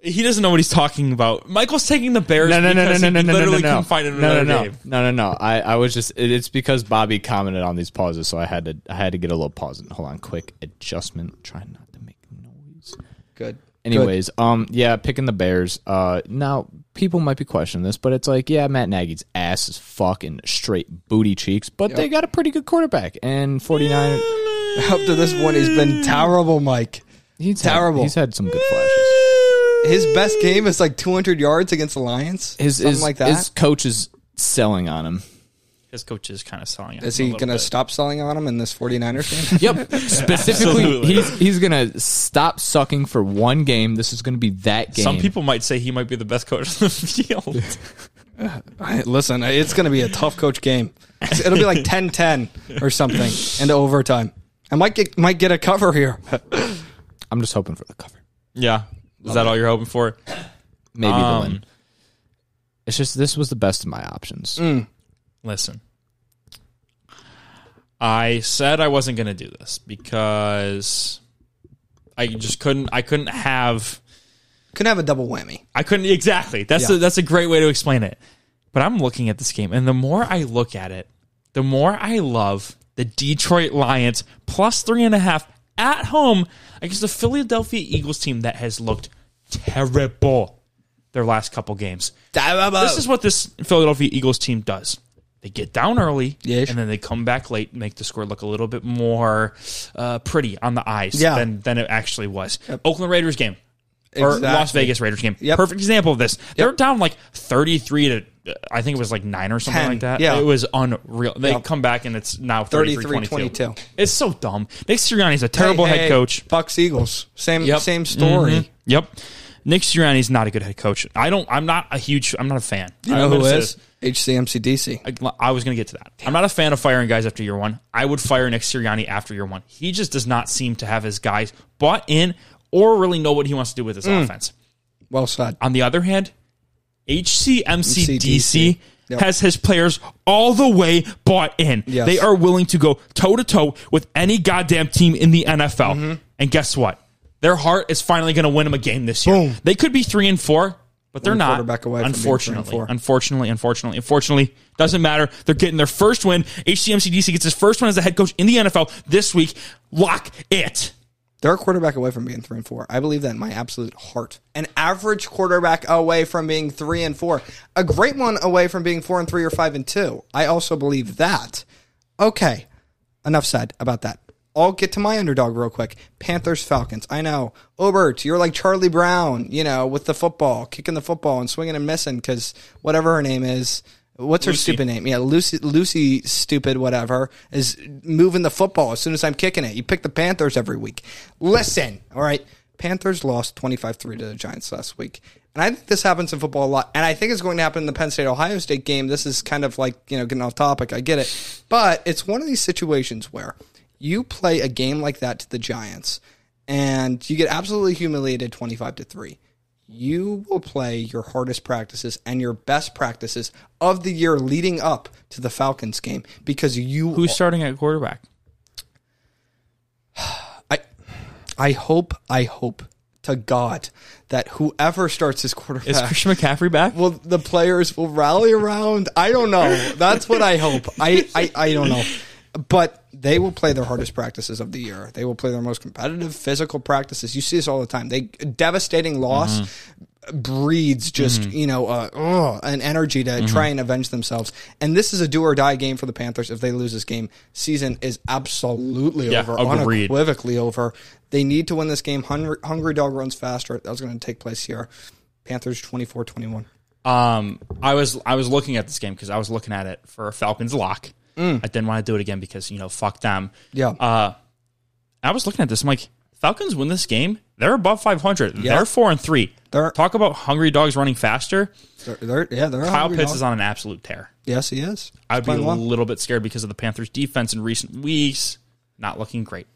S1: He doesn't know what he's talking about. Michael's taking the Bears
S3: No, no, no, no,
S1: because
S3: no, no,
S1: he
S3: no,
S1: literally
S3: no, no,
S1: couldn't find
S3: no, no,
S1: another
S3: no,
S1: game.
S3: no, no, no. I, I was just. It, it's because Bobby commented on these pauses, so I had to, I had to get a little pause. And hold on, quick adjustment. Try not to make noise.
S2: Good.
S3: Anyways, um, yeah, picking the Bears. Uh, now people might be questioning this, but it's like, yeah, Matt Nagy's ass is fucking straight booty cheeks, but they got a pretty good quarterback. And 49,
S2: Good. Up to this point, he's been terrible, Mike.
S3: he's
S2: Terrible.
S3: Had, he's had some good flashes.
S2: His best game is like 200 yards against the Lions.
S3: His
S2: something
S3: his,
S2: like that.
S3: his coach is selling on him.
S1: his coach is kind of selling. on
S2: Is
S1: him a
S2: he
S1: little
S2: going to
S1: bit.
S2: stop selling on him in this 49ers game?
S3: Yep. Specifically,
S1: Absolutely.
S3: he's he's gonna stop sucking for one game. This is gonna be that game.
S1: Some people might say he might be the best coach on the field.
S2: I- Listen, it's going to be a tough coach game. It'll be like 10-10 or something into overtime. I might get might get a cover here.
S3: I'm just hoping for the cover.
S1: yeah, is that all you're hoping for?
S3: Maybe
S1: Um,
S3: the win. It's just this was the best of my options.
S1: Mm. Listen, I said I wasn't going to do this because I just couldn't. I couldn't have.
S2: Could have a double whammy.
S1: I couldn't exactly. That's
S2: Yeah.
S1: a, that's a great way to explain it. But I'm looking at this game, and the more I look at it, the more I love the Detroit Lions plus three and a half at home against the Philadelphia Eagles team that has looked terrible their last couple games. This is what this Philadelphia Eagles team does. They get down early,
S2: Yes.
S1: and then they come back late, and make the score look a little bit more uh, pretty on the eyes
S2: Yeah.
S1: than than it actually was. Oakland Raiders game or
S2: Exactly.
S1: Las Vegas Raiders game,
S2: Yep.
S1: perfect example of this. They're down like thirty three to. uh, I think it was like nine or something
S2: 10,
S1: like that.
S2: yeah.
S1: It was unreal. They
S2: Yep.
S1: come back and it's now
S2: 33-22.
S1: 33-22. It's so dumb. Nick Sirianni's a terrible
S2: Hey,
S1: head
S2: hey,
S1: coach.
S2: Bucks Eagles. Same
S1: Yep. Mm-hmm.
S2: same story.
S1: Yep. Nick Sirianni's not a good head coach. I don't. I'm not a huge. I'm not a fan.
S2: You
S1: I'm
S2: know
S1: gonna
S2: who
S1: say
S2: is?
S1: this.
S2: HCMCDC.
S1: I, I was going to get to that. I'm not a fan of firing guys after year one. I would fire Nick Sirianni after year one. He just does not seem to have his guys bought in or really know what he wants to do with his offense.
S2: Well said.
S1: On the other hand, HCMCDC
S2: MCDC. Yep.
S1: has his players all the way bought in.
S2: Yes.
S1: They are willing to go toe to toe with any goddamn team in the NFL.
S2: Mm-hmm.
S1: And guess what? Their heart is finally going to win them a game this year.
S2: Boom.
S1: They could be three and four, but they're not.
S2: quarterback away from being three and
S1: unfortunately,
S2: four.
S1: unfortunately, unfortunately, unfortunately, doesn't matter. They're getting their first win. HCMCDC gets his first one as a head coach in the NFL this week. Lock it.
S2: They're a quarterback away from being three and four. I believe that in my absolute heart. An average quarterback away from being three and four. A great one away from being four and three or five and two. I also believe that. Okay. Enough said about that. I'll get to my underdog real quick. Panthers Falcons. I know. Obert, you're like Charlie Brown, you know, with the football, kicking the football and swinging and missing because whatever her name is, what's her stupid name? Yeah, Lucy, Lucy, stupid, whatever, is moving the football as soon as I'm kicking it. You pick the Panthers every week. Listen, all right. Panthers lost 25 3 to the Giants last week. And I think this happens in football a lot. And I think it's going to happen in the Penn State Ohio State game. This is kind of like, you know, getting off topic. I get it. But it's one of these situations where you play a game like that to the Giants and you get absolutely humiliated 25 to 3. You will play your hardest practices and your best practices of the year leading up to the Falcons game because you
S1: Who's starting at quarterback?
S2: I I hope I hope to God that whoever starts this quarterback
S1: Is Christian McCaffrey back?
S2: will the players will rally around. I don't know. That's what I hope. I, I, I don't know. But they will play their hardest practices of the year. They will play their most competitive physical practices. You see this all the time. They devastating loss
S1: Mm-hmm.
S2: breeds just you know uh, ugh, an energy to
S1: Mm-hmm.
S2: try and avenge themselves. And this is a do or die game for the Panthers. If they lose this game, season is absolutely
S1: Yeah,
S2: over,
S1: agreed.
S2: unequivocally over. They need to win this game. Hungry, Hungry dog runs faster. That was going to take place here. Panthers 24-21.
S1: Um, I was I was looking at this game because I was looking at it for a Falcons lock. I didn't want to do it again because you know fuck them.
S2: Mm. Yeah.
S1: Uh, I was looking at this. I'm like, Falcons win this game. They're above 500. They're four and 3
S2: They're-
S1: talk about hungry dogs running faster.
S2: They're, they're, yeah, they're
S1: Kyle
S2: hungry
S1: Pitts
S2: now.
S1: is on an absolute tear.
S2: Yes, he is.
S1: I'd be a
S2: Playing well.
S1: little bit scared because of the Panthers' defense in recent weeks, not looking great.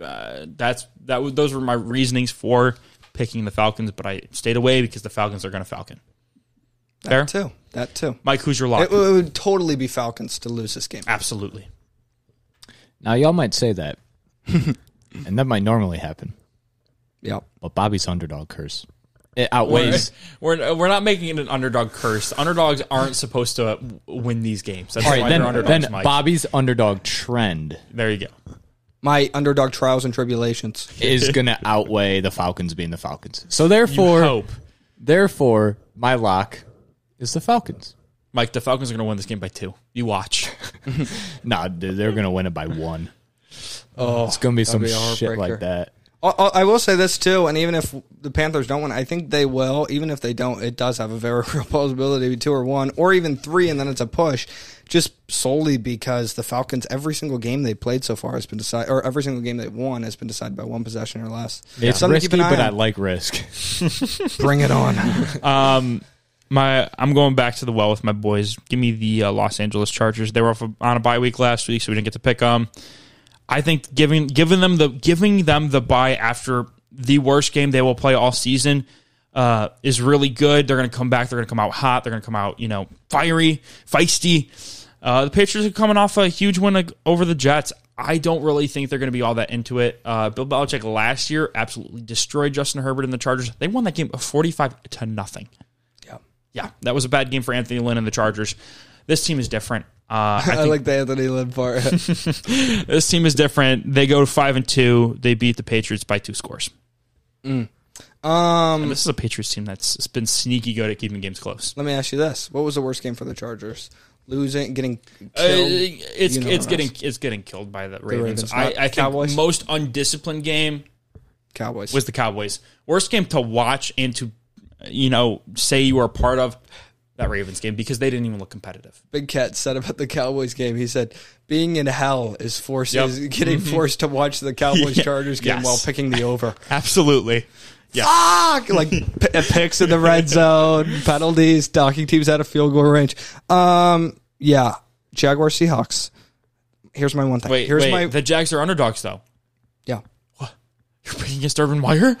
S1: Uh, that's that. w- Those were my reasonings for picking the Falcons, but I stayed away because the Falcons are going to Falcon. Fair,
S2: that too. That too.
S1: Mike. Who's your lock?
S2: It, would- it would totally be Falcons to lose this game.
S1: Absolutely.
S3: Now y'all might say that, and that might normally happen,
S2: Yep.
S3: but Bobby's underdog curse it outweighs.
S1: We're, we're not making it an underdog curse. Underdogs aren't supposed to uh, win these games. That's
S3: All
S1: why
S3: right,
S1: they're
S3: then,
S1: underdogs,
S3: then
S1: Mike.
S3: Bobby's underdog trend
S1: there you go.
S2: My underdog trials and tribulations.
S3: is going to outweigh the Falcons being the Falcons. So therefore,
S1: hope.
S3: therefore, my lock is the Falcons.
S1: Mike, the Falcons are going to win this game by two. You watch.
S3: Nah, dude, they're going to win it by one. Oh, it's going to be some
S2: be a
S3: shit
S2: heartbreaker.
S3: like that.
S2: I- I I will say this too, and even if the Panthers don't win, I think they will. Even if they don't, it does have a very real possibility to be two or one, or even three, and then it's a push. Just solely because the Falcons, every single game they played so far has been decided, or every single game they won has been decided by one possession or less.
S3: It's
S2: Something to
S3: risky,
S2: keep an eye
S3: but I
S2: on.
S3: like risk.
S2: Bring it on.
S1: Um, my I'm going back to the well with my boys. Give me the uh, Los Angeles Chargers. They were off on a bye week last week, so we didn't get to pick them. I think giving giving them the giving them the bye after the worst game they will play all season uh, is really good. They're going to come back. They're going to come out hot. They're going to come out you know fiery, feisty. Uh, the Patriots are coming off a huge win like, over the Jets. I don't really think they're going to be all that into it. Uh, Bill Belichick last year absolutely destroyed Justin Herbert and the Chargers. They won that game forty five to nothing
S2: yeah.
S1: yeah, that was a bad game for Anthony Lynn and the Chargers. This team is different. Uh, I
S2: I,
S1: think
S2: like the Anthony Lynn part.
S1: this team is different. They go to five and two. They beat the Patriots by two scores.
S2: um,
S1: And this is a Patriots team that's it's been sneaky good at keeping games close.
S2: let me ask you this: What was the worst game for the Chargers? Losing, getting
S1: Uh,
S2: killed.
S1: it's
S2: You know
S1: it's
S2: what
S1: getting
S2: else.
S1: it's getting killed by the Ravens.
S2: Ravens,
S1: I,
S2: not
S1: I think
S2: Cowboys.
S1: most undisciplined game
S2: Cowboys.
S1: was the Cowboys. Worst game to watch and to you know say you were a part of that Ravens game because they didn't even look competitive.
S2: Big Cat said about the Cowboys game. He said, "Being in hell is forced
S1: Yep. Mm-hmm.
S2: is getting forced to watch the Cowboys
S1: Yeah.
S2: Chargers game
S1: Yes.
S2: while picking the over.
S1: Absolutely.
S2: ah, like p- picks in the red zone, penalties, docking teams out of field goal range. Um, yeah, Jaguar Seahawks. Here's my one thing.
S1: Wait,
S2: Here's
S1: wait.
S2: my
S1: the Jags are underdogs though.
S2: yeah.
S1: You're picking against Urban Meyer.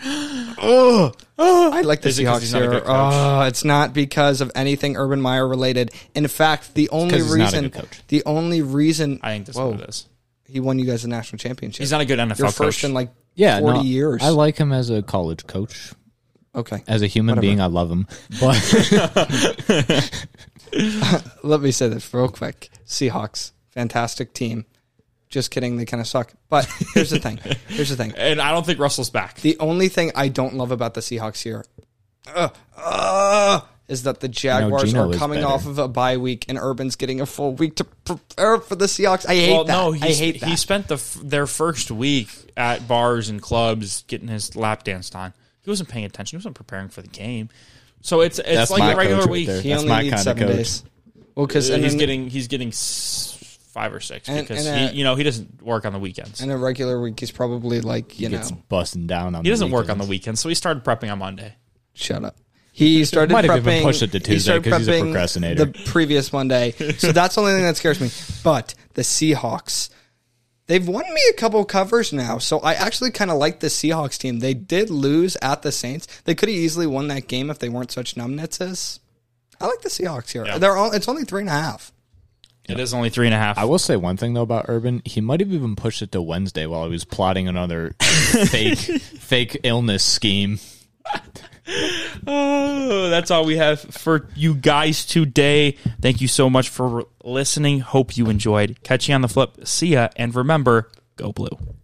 S2: I like the
S1: Is it 'cause
S2: Seahawks
S1: he's not a
S2: here.
S1: good coach?
S2: Uh, it's not because of anything Urban Meyer related. In fact, the only
S3: 'cause he's not a
S2: reason
S3: good coach.
S2: the only reason
S1: I think that's
S2: Whoa.
S1: what it is.
S2: he won you guys the national championship.
S1: He's not a good NFL
S2: You're
S1: coach.
S2: first in like
S3: Yeah,
S2: forty
S3: no,
S2: years.
S3: I like him as a college coach.
S2: Okay.
S3: As a human being, I love him. But
S2: Let me say this real quick. Seahawks, fantastic team. Just kidding, they kind of suck. But here's the thing. Here's the thing.
S1: and I don't think Russell's back.
S2: The only thing I don't love about the Seahawks here uh, uh, is that the Jaguars
S3: Geno
S2: are
S3: is
S2: coming
S3: better.
S2: off of a bye week and Urban's getting a full week to prepare for the Seahawks. I hate
S1: well,
S2: that.
S1: no,
S2: I
S1: he's,
S2: hate that.
S1: he spent the f- their first week at bars and clubs getting his lap danced on. He wasn't paying attention. He wasn't preparing for the game. So it's it's
S3: That's
S1: like
S3: my
S1: a regular
S3: coach right
S1: week.
S3: there.
S2: he
S3: that's
S2: only
S3: my
S2: needs
S3: kinda
S2: seven
S3: coach.
S2: days. Well, because
S1: Uh, he's
S2: in,
S1: getting he's getting s- five or six
S2: And-
S1: because
S2: and, uh,
S1: he you know he doesn't work on the weekends.
S2: in a regular week, he's probably like, you know,
S3: it's busting down on.
S1: He doesn't work on the weekends, so he started prepping on Monday.
S2: Shut up. He started
S3: Might have
S2: prepping.
S3: even pushed it to
S2: he
S3: Tuesday
S2: started
S3: 'cause he's a
S2: prepping
S3: procrastinator.
S2: The previous Monday, so that's the only thing that scares me. But the Seahawks, they've won me a couple covers now, so I actually kind of like the Seahawks team. They did lose at the Saints. They could have easily won that game if they weren't such numbnuts. I like the Seahawks here.
S1: Yeah.
S2: They're all, it's only three and a half.
S1: It is only three and a half.
S3: I will say one thing though about Urban. He might have even pushed it to Wednesday while he was plotting another fake fake illness scheme.
S1: Oh, that's all we have for you guys today. Thank you so much for listening. Hope you enjoyed. Catch you on the flip. See ya. And remember, go blue.